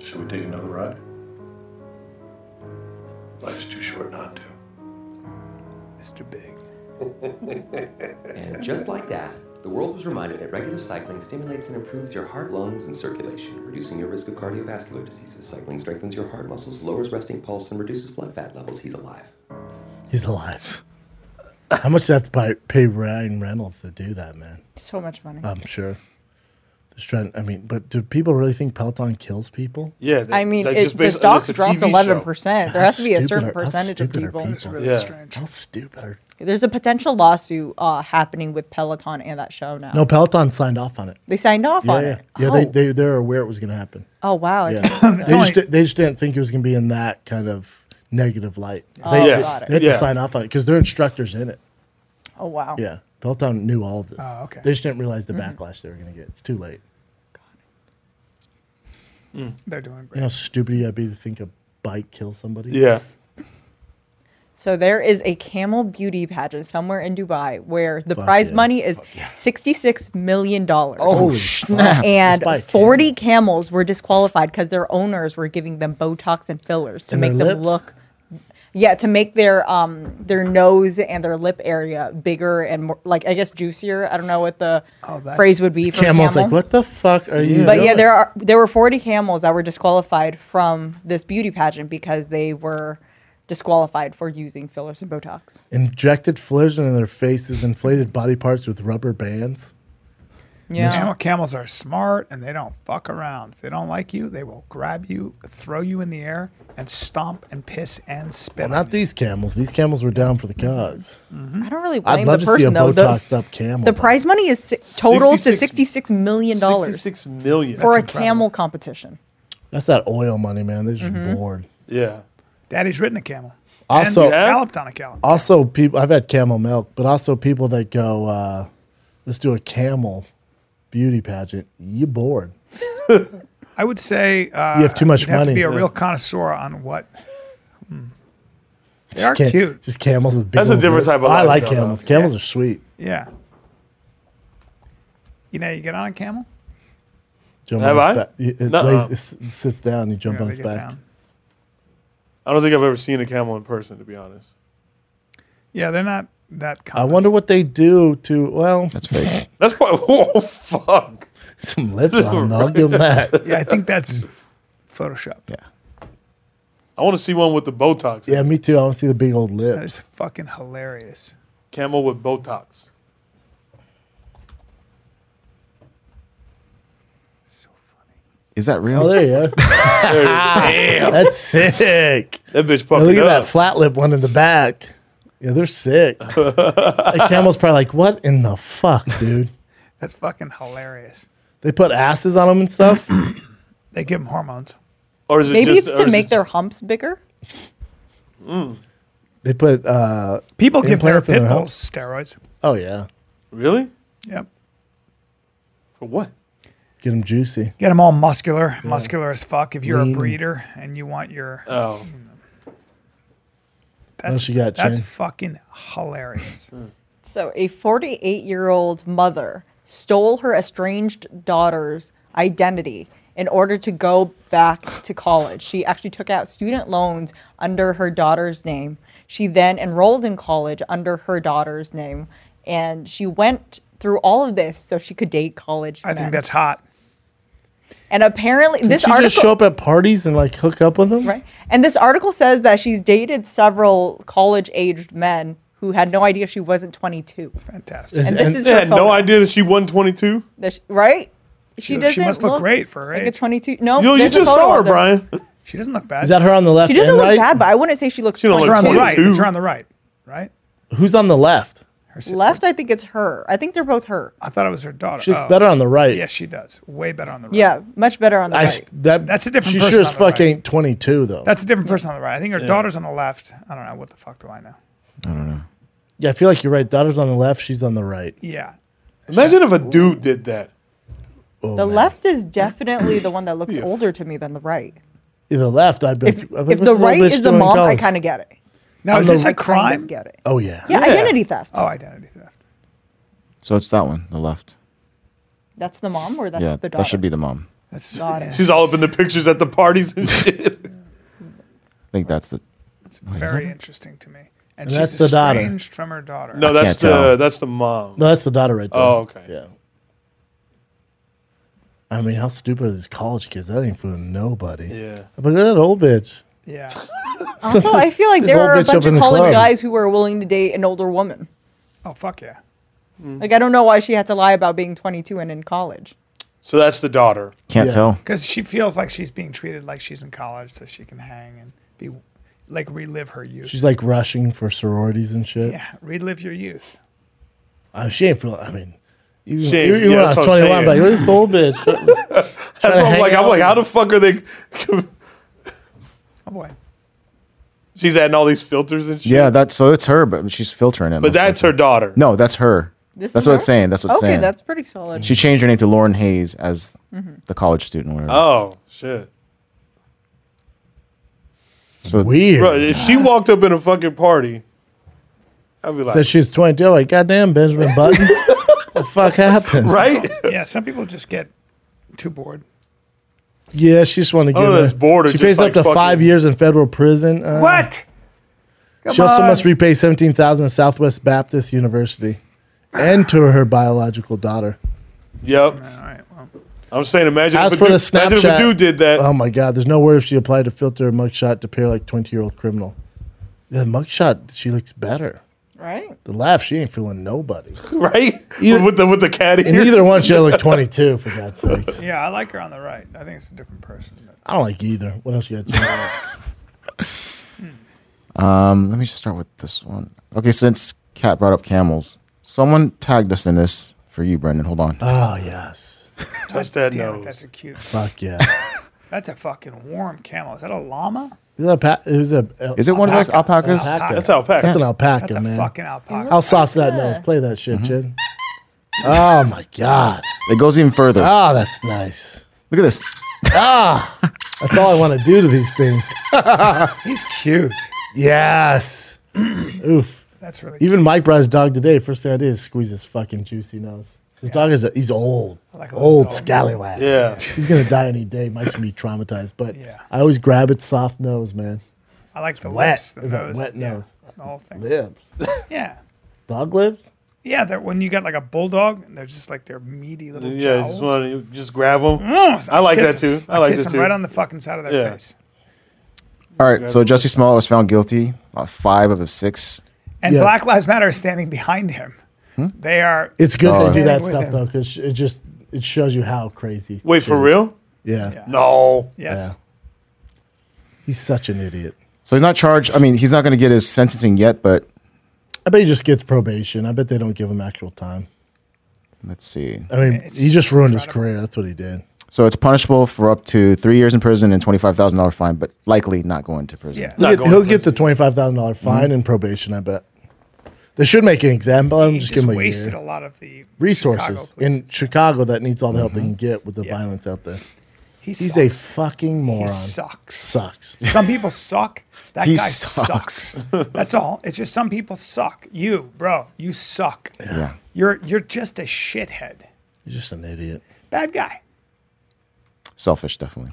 G: Shall we take another ride? Life's too short not to.
A: Mr. Big.
H: And just like that, the world was reminded that regular cycling stimulates and improves your heart, lungs, and circulation, reducing your risk of cardiovascular diseases. Cycling strengthens your heart muscles, lowers resting pulse, and reduces blood fat levels. He's alive.
B: He's alive. How much do they have to buy, pay Ryan Reynolds to do that, man?
D: So much money.
B: I'm sure. Just trying. I mean, but do people really think Peloton kills people?
C: Yeah, they,
D: I mean,
C: they
D: it,
C: just
D: the
C: based-
D: stocks
C: it's a
D: dropped
C: TV show.
D: 11%. There
B: How
D: has to be a
B: stupid
D: certain
B: are- how
D: percentage of
B: stupid are
D: people.
A: It's really
C: Yeah.
A: strange.
B: How stupid are?
D: There's a potential lawsuit uh, happening with Peloton and that show now.
B: No, Peloton signed off on it.
D: They signed off
B: Yeah,
D: on
B: yeah,
D: it.
B: yeah.
D: oh.
B: They they they're aware it was going
A: [COUGHS]
B: to happen.
D: oh, wow. I
B: Yeah,
D: didn't
B: they
D: know that.
B: just they just didn't think it was going to be in that kind of negative light. They,
D: Yeah.
B: they-
D: Oh, got it.
B: they had
C: Yeah.
B: to sign off on it because they're instructors in it.
D: [LAUGHS] oh, wow.
B: Yeah, Peloton knew all of this.
A: Oh, okay.
B: They just didn't realize the
D: Mm-hmm.
B: backlash they were going to get. It's too late.
A: They're doing
B: You
A: great.
B: know how stupid you got to be to think a bike kills somebody.
C: Yeah.
D: So there is a camel beauty pageant somewhere in Dubai where the
B: Fuck
D: prize
B: yeah. Oh,
D: money is $66 million.
C: Oh,
B: Holy [LAUGHS] snap!
D: and
B: Despite-
D: 40 camels were disqualified because their owners were giving them Botox and fillers to
B: And their
D: make them
B: lips?
D: look. Yeah, to make their um their nose and their lip area bigger and more, like I guess juicier. I don't know what the
A: that's-
D: phrase would be. For
B: Oh, Camel's
D: camel.
B: like, what the fuck are you?
D: But yeah,
B: doing?"
D: there are there were 40 camels that were disqualified from this beauty pageant because they were disqualified for using fillers and Botox.
B: injected fillers into their faces, inflated body parts with rubber bands.
A: Camel- camels are smart and they don't fuck around. If they don't like you, they will grab you, throw you in the air, and stomp and piss and spit.
B: Well, not
A: on you.
B: these camels. These camels were down for the cause.
D: I don't really blame
B: I'd love
D: the
B: to see a
D: person though. The,
B: botoxed up camel.
D: the prize money is si- totals to
C: 66
D: 66 million dollars
C: Sixty-six million.
D: for a
A: incredible.
D: camel competition.
B: That's that oil money, man. They're just
D: Mm-hmm.
B: bored.
C: yeah.
A: Daddy's ridden a camel.
B: Also-
A: and
B: Yeah?
A: galloped on a camel.
B: Also, people. I've had camel milk, but also people that go, uh, "Let's do a camel beauty pageant." You bored?
A: I would say uh,
B: have too much
A: you'd Have to
B: money.
A: be a
B: Yeah.
A: real connoisseur on what. Hmm. They
B: Just
A: are
B: ca-
A: cute.
B: Just camels with big.
C: That's a
B: old
C: different
B: lips.
C: type of
B: I like
C: lifestyle,
B: camels.
C: though.
B: Camels are sweet.
A: Yeah. You know, how you get on a camel.
B: Jump
C: Have
B: on
C: I?
B: Its back. It, it
C: Nuh-uh.
B: lays- it s- it sits down. You jump
A: Yeah,
B: on
A: they
B: its
A: get
B: back.
A: down.
C: I don't think I've ever seen a camel in person, to be honest.
A: Yeah, they're not that
B: I
A: common.
B: wonder what they do to. Well, [LAUGHS]
D: [LAUGHS]
E: That's fake.
C: That's why. [LAUGHS] Oh fuck.
B: some
C: [LAUGHS]
B: lips on them. though. I'll give them that.
A: yeah, I think that's photoshopped.
E: yeah.
C: I want to see one with the Botox.
B: Yeah, me too. I want to see the big old
A: That
B: lips.
A: is fucking hilarious.
C: Camel with Botox.
E: Is that real?
B: Oh, there you go.
D: [LAUGHS]
C: Damn. [LAUGHS]
B: That's sick.
C: That bitch
B: Now
C: fucking
B: look at
C: up.
B: that flat lip one in the back. Yeah, they're
C: [LAUGHS]
B: sick. the camel's probably like, what in the fuck, dude?
A: That's fucking hilarious.
B: They put asses on them and stuff.
A: They give them hormones.
C: or is it
D: Maybe
C: just,
D: it's
C: or
D: to
C: is
D: make
C: it-
D: their humps bigger.
B: They put, uh,
A: People give their
B: Implants in
A: pit
B: their
A: bulls steroids.
B: oh yeah,
C: really
A: Yep.
C: for what?
B: get them juicy.
A: Get them all muscular, muscular as fuck. If you're
B: Lean.
A: a breeder and you want your,
C: Oh,
A: that's,
B: she got,
A: that's
B: Shane?
A: fucking
B: [LAUGHS]
A: hilarious.
D: So a 48 year old mother stole her estranged daughter's identity in order to go back to college. She actually took out student loans under her daughter's name. She then enrolled in college under her daughter's name, and she went through all of this so she could date college.
A: I think
D: men.
A: that's hot.
D: and apparently this
B: She
D: article
B: just show up at parties and like hook up with them.
D: Right. And this article says that she's dated several college aged men who had no idea she wasn't 22.
A: Fantastic.
B: Is-
D: And this
B: and-
D: is
C: they
D: her
C: had no
D: photo.
C: idea that she won twenty two.
D: that she- right?
A: She-
D: She,
A: she
D: doesn't
A: must look great for her
D: like a
A: age.
D: 22. No,
C: You, you
D: there's a
C: just
D: photo
C: saw her,
D: of them.
C: Brian.
A: She doesn't look bad.
B: Is that her on the left?
D: She doesn't
B: and
D: look
B: right?
D: bad, but I wouldn't say she looks
C: She don't look
A: It's her on the
D: 22.
A: right.
C: 22.
A: It's her on the right, right?
B: Who's on the left?
A: Her si-
D: Left, I think it's her. I think they're both her.
A: I thought it was her daughter.
B: She looks
A: Oh.
B: better on the right.
A: Yes, she does. Way better on the right.
D: Yeah, much better on the
B: I
D: right.
B: s- that,
A: That's a different
B: She
A: person
B: sure as
A: on the
B: fuck
A: right.
B: ain't 22 though.
A: That's a different person on the right. I think her daughter's on the left. I don't know. What the fuck do I know?
B: yeah, I feel like you're right. Daughter's on the left. She's on the right.
A: Yeah.
C: Imagine if a dude did that.
D: the left is definitely the one that looks
C: Yeah.
D: older to me than the right.
B: Yeah, the left, I'd be.
D: If, if the right is the mom, I kind of get it.
A: Now, is
B: the-
A: this
D: I
A: a
D: kind
A: crime?
D: of get it.
B: Oh yeah.
D: Yeah, identity theft.
A: Oh, identity theft.
E: So it's that one, the left.
D: That's the mom or that's
E: yeah,
D: the daughter?
E: that should be the mom.
A: That's
D: Got it.
C: She's all up in the pictures at the parties
B: [LAUGHS]
C: and shit.
E: I think that's the.
A: It's very interesting to me. And, she's
B: Oh, that's the daughter.
A: estranged from her daughter.
C: No, that's
E: can't
C: the
E: tell.
C: that's the mom.
B: No, that's the daughter right there.
C: Oh, okay.
B: Yeah. I mean, how stupid are these college kids? That ain't fooling nobody.
C: Yeah.
B: But look at that old bitch.
A: Yeah.
D: Also, I feel like
B: This
D: there
B: old
D: are a
B: bitch up
D: bunch
B: in
D: of
B: the
D: college
B: club.
D: guys who were willing to date an older woman.
A: Oh, fuck yeah.
D: Like, I don't know why she had to lie about being 22 and in college.
C: So that's the daughter.
E: Can't
B: Yeah.
E: tell.
A: Because she feels like she's being treated like she's in college so she can hang and be like relive her youth.
B: She's like rushing for sororities and shit.
A: yeah, relive your youth.
B: Uh, she ain't feel. I mean, you
C: She ain't-
B: you- you
C: yeah,
B: when I
C: that's
B: was
C: what I'm
B: 21, I'm like,
C: saying.
B: look at this old bitch.
C: That's
B: to
C: what I'm
B: hang
C: like. I'm
B: out
C: like, how the
B: with-
C: fuck are they? [LAUGHS]
A: Oh, boy.
C: She's adding all these filters and shit.
E: Yeah, that's so it's her, but she's filtering it.
C: but
E: most
C: that's her
E: likely.
C: daughter.
E: No, that's her.
D: This
E: that's
D: is
E: what
D: her?
E: it's saying. That's what it's
D: okay,
E: saying.
D: that's Mm-hmm. pretty solid.
E: she changed her name to Lauren Hayes as the college student. Or whatever.
C: Oh shit,
E: so
B: Weird.
C: bro! If she walked up in a fucking party, I'd be like, [LAUGHS]
B: Said she was 22. Like, goddamn, Benjamin Button. the fuck happened?
C: right? [LAUGHS]
A: Yeah, some people just get too bored.
B: Yeah, she just wanted to
C: I
B: get.
C: don't know,
B: her-
C: it's bored or
B: She
C: just
B: faced
C: like
B: up to
C: fucking-
B: five years in federal prison. Uh,
A: What?
B: she also must repay seventeen thousand to Southwest Baptist University, and to her biological daughter.
C: Yep. I'm saying, imagine
B: As
C: if,
B: for
C: a
B: the
C: dude, imagine if
B: Snapchat,
C: a dude did that.
B: Oh my God! There's no word if she applied to filter a mugshot to pair like twenty year old criminal. The mugshot, she looks better.
D: Right.
B: The laugh, she ain't fooling
C: [LAUGHS]
B: nobody.
C: [LAUGHS] right?
B: Either-
C: with the with the cat
B: And
C: ear. [LAUGHS]
B: either one, she look twenty two. For God's sakes,
A: Yeah, I like her on the right. I think it's a different person. but-
B: I don't like either. What else you got?
C: [LAUGHS]
B: Jim?
C: Oh.
E: Um, let me just start with this one. Okay, since Kat brought up camels, someone tagged us in this for you, Brendan. Hold on.
B: oh yes,
C: Touch that
A: Damn it,
C: nose.
A: that's a cute.
B: fuck yeah.
A: That's a fucking warm camel. Is that a llama?
B: Is that a pa- is it a,
E: Is it one of those alpacas?
B: alpaca?
C: That's alpaca.
B: That's an alpaca,
A: That's a
B: man.
A: fucking alpaca.
B: How soft's that nose? Play that shit, Jim. Oh my god.
E: It goes even further.
B: Oh, that's nice.
E: Look at this.
B: That's all I want to do to these things.
A: He's cute.
B: Yes. [CLEARS THROAT] Oof.
A: That's really.
B: Even Mike Brown's dog today, first thing I did is squeeze his fucking juicy nose. His dog is a, he's old.
A: like a little
B: old
A: dog.
B: scallywag.
C: Yeah.
B: He's gonna die any day. Mike's gonna be traumatized. But
A: Yeah.
B: I always grab its soft nose, man.
A: I like the
B: wet.
A: lips, the
B: It's a
A: nose,
B: wet
A: yeah,
B: nose.
A: the whole thing.
B: Lips.
A: Yeah,
B: Dog lips?
A: yeah. That when you got like a bulldog, and they're just like they're meaty little.
C: Yeah,
A: jowls.
C: just want to just grab them.
A: Mm,
C: I like
A: kiss
C: that too.
A: them.
C: I like
A: kiss
C: that
A: them
C: too.
A: right on the fucking side of their
C: Yeah.
A: face.
E: All right, so Jesse Smollett was found guilty on five of the six.
A: And
B: Yeah. Hmm?
A: Black Lives Matter is standing behind him. They are.
B: It's good
E: Oh,
B: they do
A: yeah.
B: that
A: With
B: stuff
A: him.
B: though, because it just it shows you how crazy.
C: Wait
B: shit
C: for
B: is.
C: real?
B: Yeah.
C: No.
A: yes.
B: Yeah. He's such an idiot.
E: So he's not charged. I mean, he's not going to get his sentencing yet, but
B: I bet he just gets probation. I bet they don't give him actual time.
E: let's see.
B: I mean,
A: It's
B: he just ruined his
A: incredible.
B: career. That's what he did.
E: So it's punishable for up to three years in prison and twenty-five thousand dollar fine, but likely not going to prison.
A: Yeah.
B: He'll
C: Not
B: get,
C: going
B: he'll
C: to
B: get the twenty five thousand
A: Mm-hmm.
B: dollar fine and probation. I bet they should make an example. I'm
A: He
B: just,
A: just,
B: giving him a
A: wasted
B: year.
A: a lot of the
B: Resources
A: Chicago
B: in
A: police.
B: Chicago that needs all the help they can get with the
A: Yeah.
B: violence out there.
A: He
B: He's a [LAUGHS]
A: sucks.
B: fucking moron.
A: sucks.
B: Sucks. [LAUGHS]
A: Some people suck. That
E: He
A: guy
E: sucks.
A: sucks. That's all. It's just some people suck. You, bro, you suck.
E: Yeah.
A: You're you're just a shithead.
B: He's just an idiot.
A: Bad guy.
E: Selfish, definitely.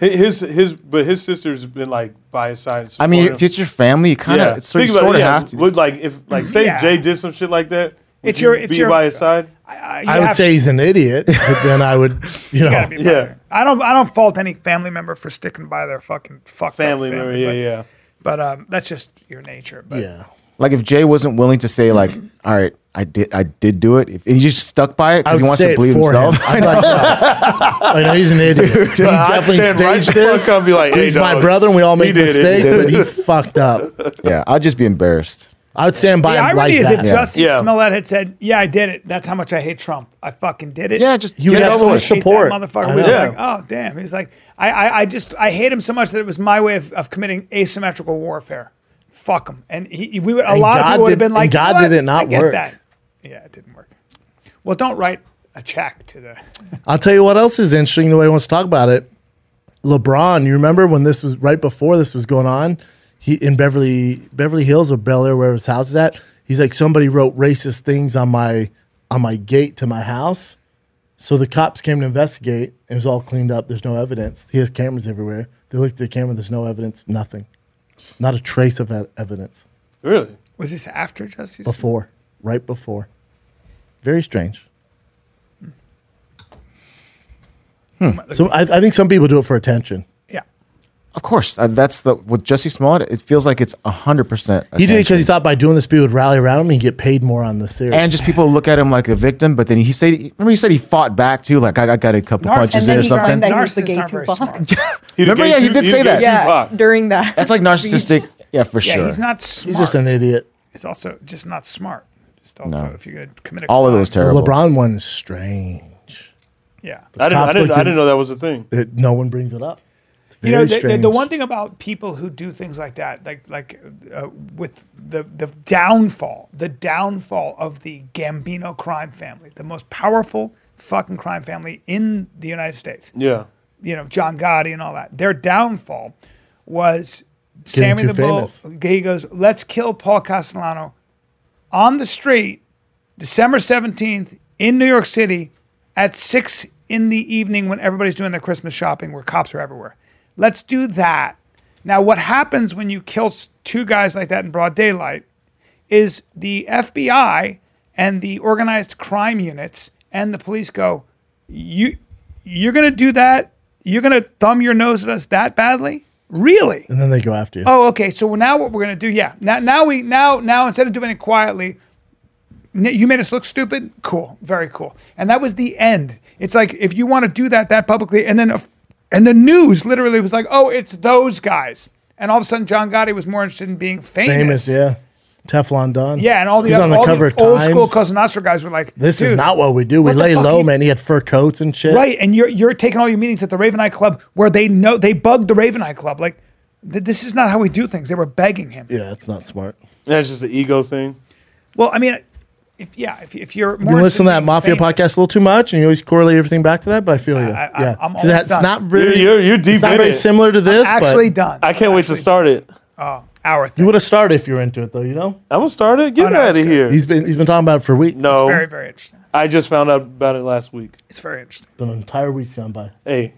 C: Hi- His his but his sister's been like by his side. and
E: I mean,
C: supportive.
E: if it's your family, you kind of
C: yeah.
E: sort,
C: Think about
E: of
C: it, yeah.
E: have to.
C: Would, like if like say
A: Yeah.
C: Jay did some shit like that. would
A: It's
C: you
A: your- it's
C: be
A: your-
C: by his side.
A: I,
B: I would say he's an idiot, but then
A: [LAUGHS]
B: I would, you know,
A: gotta be
C: Yeah.
A: yeah. I don't I don't fault any family member for sticking by their fucking fucked up
C: Family member. Yeah,
A: but,
C: yeah.
A: But um, that's just your nature. But
B: yeah.
E: Like if Jay wasn't willing to say, like, [CLEARS THROAT] all right, I did, I did do it. If and he just stuck by it
B: I
E: because he
B: would
E: wants
B: say
E: to
B: it
E: believe
B: for
E: himself.
B: him. I'm like, "Wow." I know he's an idiot. he
C: [LAUGHS] I'd
B: definitely
C: stand right
B: staged
C: the fuck
B: this.
C: up and be like, "Hey,
B: he's my
C: dog,
B: brother, and we all
C: he
B: make
C: did it, he
B: mistakes,
C: did
B: but he fucked up.
E: [LAUGHS] yeah, I'd just be embarrassed.
B: I would stand by
A: the
B: him
A: irony
B: like
A: is
B: that.
A: if Justin
C: Yeah.
A: Smollett had said, "Yeah, I did it. That's how much I hate Trump. I fucking did it."
E: Yeah, just
B: You
E: get
B: would
E: it
B: have so
E: out the way.
B: much
A: hate that
B: support. I
A: motherfucker. We were
B: know.
A: like, oh damn. He's like, I, I, I just, I hate him so much that it was my way of, of committing asymmetrical warfare. Fuck him. And he, we would, a
B: And
A: lot
B: God
A: of people would
B: did-
A: have been
B: and
A: like,
B: God
A: "What?
B: did it not
A: I get
B: work."
A: That. Yeah, it didn't work. Well, don't write a check to the.
B: I'll tell you what else is interesting. The way he wants to talk about it, LeBron. You remember when this was right before this was going on? He in Beverly Beverly Hills or Bel Air, where his house is at. He's like, somebody wrote racist things on my on my gate to my house. So the cops came to investigate. It was all cleaned up. There's no evidence. He has cameras everywhere. They looked at the camera. There's no evidence. Nothing. Not a trace of e- evidence.
C: Really?
A: Was this after Justice?
B: Before, right before. Very strange.
A: Hmm.
B: So I, I think some people do it for attention.
A: Yeah.
E: Of course, uh, that's the with Jesse Smollett. It feels like it's hundred percent.
B: He did it because he thought by doing this, people would rally around him and he'd get paid more on the series.
E: and just people look at him like a victim. But then he said, remember he said he fought back too. Like I, I got a couple punches
D: And
E: in
D: then
E: or
D: he claimed
E: something.
D: that he was the
A: Narcissists
D: gay
A: aren't very
D: Tupac.
A: smart.
C: He'd have
E: Remember,
C: gave
E: yeah, he
C: Tup-
E: did
C: he'd
E: say
C: have
E: that.
C: gave
D: Yeah,
C: Tupac.
D: during that.
E: That's like narcissistic. Yeah,
A: [LAUGHS]
E: for
A: Yeah,
E: sure.
A: he's not smart.
B: he's just an idiot.
A: He's also just not smart. Just also, if you're going to commit a
E: All of it
A: crime-
E: was
B: The
E: terrible.
B: LeBron one's strange.
A: Yeah.
C: I didn't. I
B: Cops
C: didn't.
B: looked
C: I didn't
B: in-
C: know that was a thing.
B: It, no one brings it up. It's
A: you know
B: very
A: the, the,
B: strange.
A: the one thing about people who do things like that like like uh, with the the downfall the downfall of the gambino crime family the most powerful fucking crime family in the united states
C: Yeah.
A: you know john gotti and all that their downfall was sammy
B: too
A: the bull
B: famous.
A: he goes let's kill paul castellano on the street december 17th in new york city at six in the evening when everybody's doing their Christmas shopping, where cops are everywhere. Let's do that. Now, what happens when you kill s- two guys like that in broad daylight is the FBI and the organized crime units and the police go, "You, you're gonna do that? You're gonna thumb your nose at us that badly? Really?"
B: and then they go after you.
A: Oh, okay. So now what we're gonna do? Yeah. Now, now we now now instead of doing it quietly, n- you made us look stupid. Cool. Very cool. And that was the end. It's like if you want to do that that publicly, and then a f- and the news literally was like, oh, it's those guys. And all of a sudden, John Gotti was more interested in being famous.
B: Famous, yeah. Teflon Don.
A: Yeah, and all the,
B: He's
A: other,
B: on the
A: all
B: cover
A: the old school
B: Times.
A: Cosa Nostra guys were like,
B: This is
A: "Dude,
B: not what we do. We
A: what the
B: lay
A: fuck
B: low,
A: you-
B: man. He had fur coats and shit.
A: Right, and you're you're taking all your meetings at the Raven Eye Club where they know they bugged the Raven Eye Club. Like, th- this is not how we do things. They were begging him.
B: Yeah, that's not smart.
C: That's just an ego thing.
A: Well, I mean, if yeah, if, if you're more
B: You listen to that
A: interested in
B: Mafia
A: being
B: podcast a little too much, and you always correlate everything back to that. But I feel you.
A: I- I-
B: yeah,
A: I'm
B: 'Cause that's
A: almost
B: not
C: You're,
B: really.
C: you're, you're deep
B: It's not
C: in
B: very
C: it.
B: similar to this.
A: actually
B: but
A: done.
C: I can't wait to
A: Actually,
C: start it.
A: Oh, our thing.
B: You would have started if you were into it, though. You know,
C: I'm gonna start it. Get
A: Oh, no,
C: out
A: it's
C: of
A: good.
C: here.
B: he's been he's been talking about it for a week.
C: no,
A: It's very very interesting.
C: I just found out about it last week.
A: It's very interesting.
B: been an entire week's gone by.
C: Hey,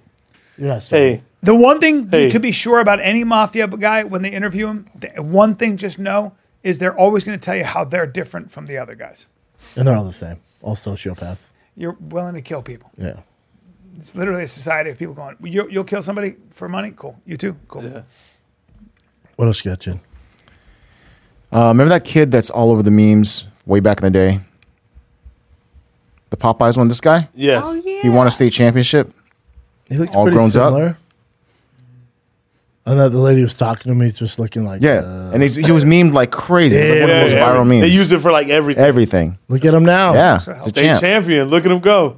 B: You're not starting.
C: hey,
A: The one thing
C: Hey.
A: to be sure about any mafia guy when they interview him, th- one thing just know is they're always going to tell you how they're different from the other guys.
B: and they're all the same. All sociopaths.
A: You're willing to kill people.
B: Yeah,
A: It's literally a society of people going, you, you'll kill somebody for money? Cool. You too? Cool.
B: what else you got, Jen?
E: Uh, remember that kid that's all over the memes way back in the day? The Popeyes one, this guy?
C: yes.
D: Oh yeah.
E: He won a state championship.
B: He looks
E: All
B: pretty
E: grown up.
B: similar. And that the lady was talking to me is just looking like
E: Yeah.
B: uh,
E: and he's, he was memed like crazy. It was like one of the most
C: Yeah,
E: viral
C: yeah.
E: memes.
C: They use it for like everything.
E: Everything.
B: look at him now.
A: so
E: Yeah. It's a
A: healthy.
C: State
E: champ.
C: champion. Look at
B: [LAUGHS]
C: him go.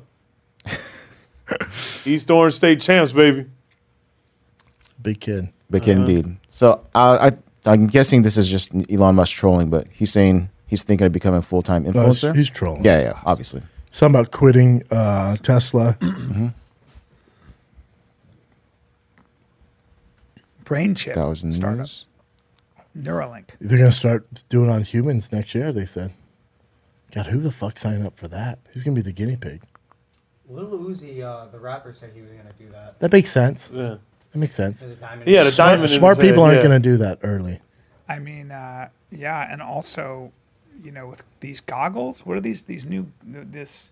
C: East Orange State champs, baby.
B: big kid.
E: Big kid indeed. So uh, I, I, I'm guessing this is just Elon Musk trolling, but he's saying he's thinking of becoming a full time
B: No, Oh, he's,
E: influencer.
B: he's trolling.
E: yeah, yeah, obviously.
B: Something about quitting uh, Tesla.
A: Brain chip.
E: That was in the
A: startup.
E: news.
A: Neuralink.
B: They're gonna start doing it on humans next year. They said. God, who the fuck signed up for that? Who's gonna be the guinea pig?
I: Little Uzi, uh, the rapper, said he was gonna do that.
B: That makes sense.
C: Yeah.
B: That makes sense.
I: There's a diamond.
C: He had a diamond. in
B: Smart
C: his head,
B: people aren't
C: yeah.
B: gonna do that early.
A: I mean, uh, yeah, and also, you know, with these goggles, what are these? These new this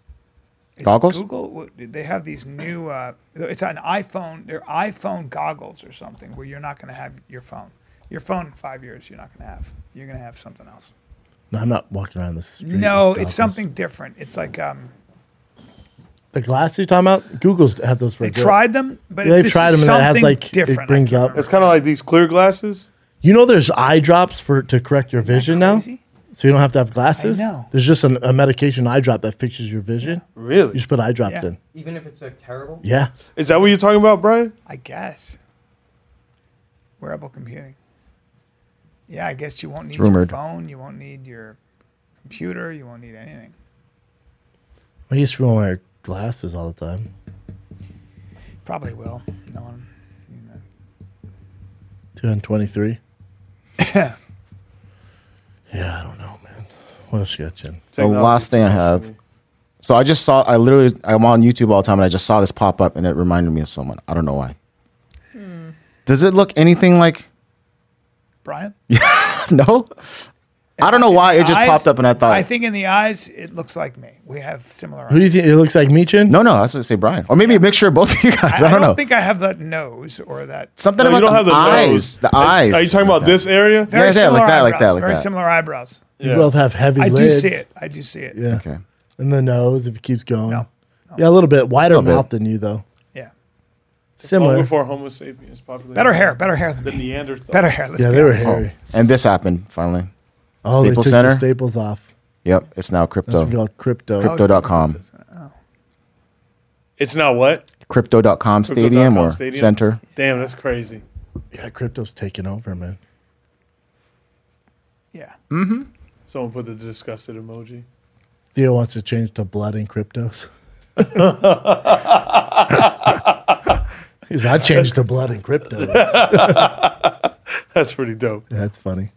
A: is it
E: Goggles?
A: Google. What- They have these new. Uh, it's an iPhone. They're iPhone goggles or something where you're not going to have your phone. Your phone in five years, you're not going to have. You're going to have something else.
B: No, I'm not walking around the street.
A: no,
B: with
A: it's
B: goggles.
A: something different. It's like um,
B: The glasses you're talking about? Google's had those for
A: they
B: a bit.
A: tried them, but
B: They've
A: this is
B: tried them and it has,
A: something
B: like, it
A: different. I
B: brings
A: can't
B: up-
A: remember.
C: It's kind of like these clear glasses.
B: You know, there's eye drops for to correct your vision now, so
A: crazy?
B: you don't have to have glasses.
A: I know.
B: There's just an, a medication eye drop that fixes your vision. You
C: Really?
B: just put eye drops
A: Yeah.
B: in.
I: Even if it's like terrible.
B: Yeah,
C: Is that what you're talking about, Brian?
A: I guess. Wearable computing. Yeah, I guess you won't need
E: rumored.
A: your phone. You won't need your computer. You won't need anything.
B: I used to wear glasses all the time.
A: Probably will. No one.
B: 223. yeah, I don't know, man. What else you got, Jim?
E: The last thing I have. So I just saw, I literally, I'm on YouTube all the time and I just saw this pop up and it reminded me of someone. I don't know why. Does it look anything like, [LAUGHS]
A: Brian.
E: no? I don't know [LAUGHS] why. It just
A: Eyes-
E: popped up and I thought,
A: I think in the eyes, it looks like me. We have similar.
B: Who do you think it looks like, Meechin?
E: no, no, that's what I say, Brian. Or maybe a mixture of both of you guys. I,
A: I,
E: don't know.
A: think I have that nose or that.
E: Something
C: No, you
E: about
C: don't
E: the,
C: have the
E: eyes.
C: nose.
E: The
C: Are-
E: eyes.
C: Are you talking about this area?
E: Yeah, yeah, like
A: similar
E: that, like that,
A: eyebrows,
E: like
A: very
E: that.
A: similar eyebrows.
B: You both have heavy
A: I do
B: lids.
A: see it. I do see it.
B: Yeah.
E: Okay.
B: And the nose, if it keeps going.
A: No.
B: Yeah, a little bit wider
E: Little bit.
B: mouth than you, though.
A: Yeah.
C: Long
B: Similar.
C: before Homo sapiens populated.
A: Better hair. Better hair than
C: Than
A: me.
C: Neanderthal.
A: Better hair. Let's
B: Yeah,
A: be
B: they were
A: honest.
B: hairy.
E: And this happened finally.
B: Oh, they took
E: Staples
B: the
E: Center?
B: staples off.
E: Yep. It's now
B: That's what we
E: crypto.
B: call crypto.
A: Oh, it's-
E: Crypto.com.
C: It's not what?
E: Crypto.com stadium
C: Crypto.com
E: or
C: stadium?
E: center.
C: Damn, that's crazy.
B: Yeah, crypto's taking over, man.
A: Yeah.
C: Someone put the disgusted emoji. [LAUGHS]
B: Theo wants to change to blood and
A: [LAUGHS]
B: cryptos. Because I changed to blood and
A: [LAUGHS]
B: crypto.
C: That's pretty dope.
B: That's funny.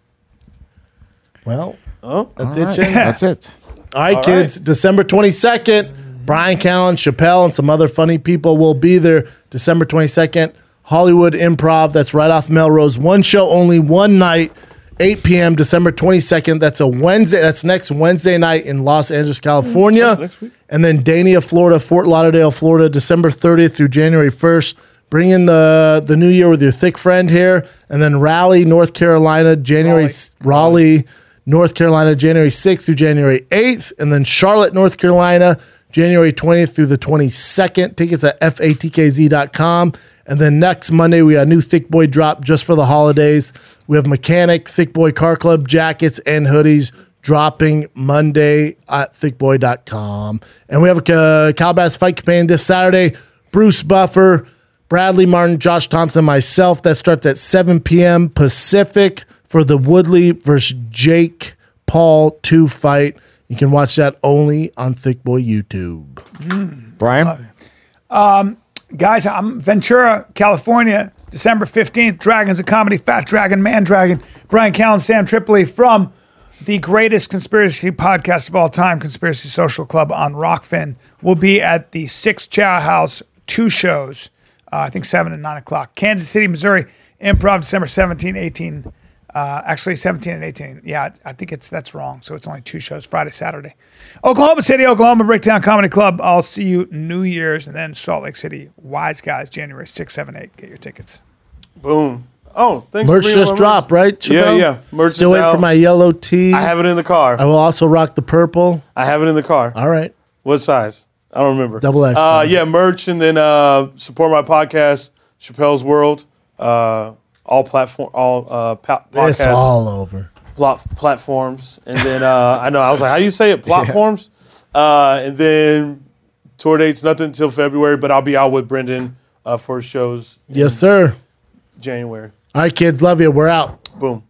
B: Well,
C: Oh,
B: that's
E: All
B: it,
E: right,
B: Jen.
E: That's it.
B: All right, kids. December 22nd, Brian Callen, Chappelle, and some other funny people will be there December 22nd. Hollywood Improv. That's right off Melrose. One show only, one night, 8 p.m., December 22nd. That's a Wednesday. That's next Wednesday night in Los Angeles, California. And then Dania, Florida, Fort Lauderdale, Florida, December 30th through January 1st. Bring in the, the new year with your thick friend here. And then Raleigh, North Carolina, January, Raleigh, North Carolina, January 6th through January 8th, and then Charlotte, North Carolina, January 20th through the 22nd. Tickets at fatkz.com. And then next Monday, we got a new Thick Boy drop just for the holidays. We have Mechanic, Thick Boy Car Club jackets and hoodies dropping Monday at thickboy.com. And we have a uh, Cowbass Fight Campaign this Saturday. Bruce Buffer, Bradley Martin, Josh Thompson, myself. That starts at 7 p.m. Pacific for the Woodley versus Jake Paul 2 fight. You can watch that only on Thick Boy YouTube.
E: Brian,
A: guys, I'm Ventura, California, December 15th. Dragons of Comedy, Fat Dragon, Man Dragon, Brian Callen, Sam Tripoli from the greatest conspiracy podcast of all time, Conspiracy Social Club on Rockfin, will be at the Six Chow House, two shows, uh, I think 7 and 9 o'clock. Kansas City, Missouri, Improv, December 17, 18. Uh, actually, 17 and 18. Yeah, I I think it's that's wrong. So it's only two shows, Friday, Saturday. Oklahoma City, Oklahoma Breakdown Comedy Club. I'll see you New Year's and then Salt Lake City, Wise Guys, January 6, 7, 8. Get your tickets.
C: Boom. Oh, thanks.
B: Merch
C: for bringing
B: just
C: my
B: dropped, right?
C: Yeah,
B: Chabelle?
C: yeah. Merch
B: Still
C: is
B: waiting for
C: out.
B: my yellow tee.
C: I have it in the car.
B: I will also rock the purple.
C: I have it in the car.
B: All right.
C: What size? I don't remember.
B: Double X,
C: Uh,
B: maybe.
C: yeah, merch and then uh, support my podcast, Chappelle's World. Uh, all platform, all uh, pa-
B: It's
C: podcast
B: all over.
C: plot platforms, and then uh, I know I was like, how do you say it? Platforms, uh, and then tour dates nothing until February, but I'll be out with Brendan uh, for shows
B: Yes, sir.
C: January.
B: All right, kids. Love you. We're out.
C: Boom.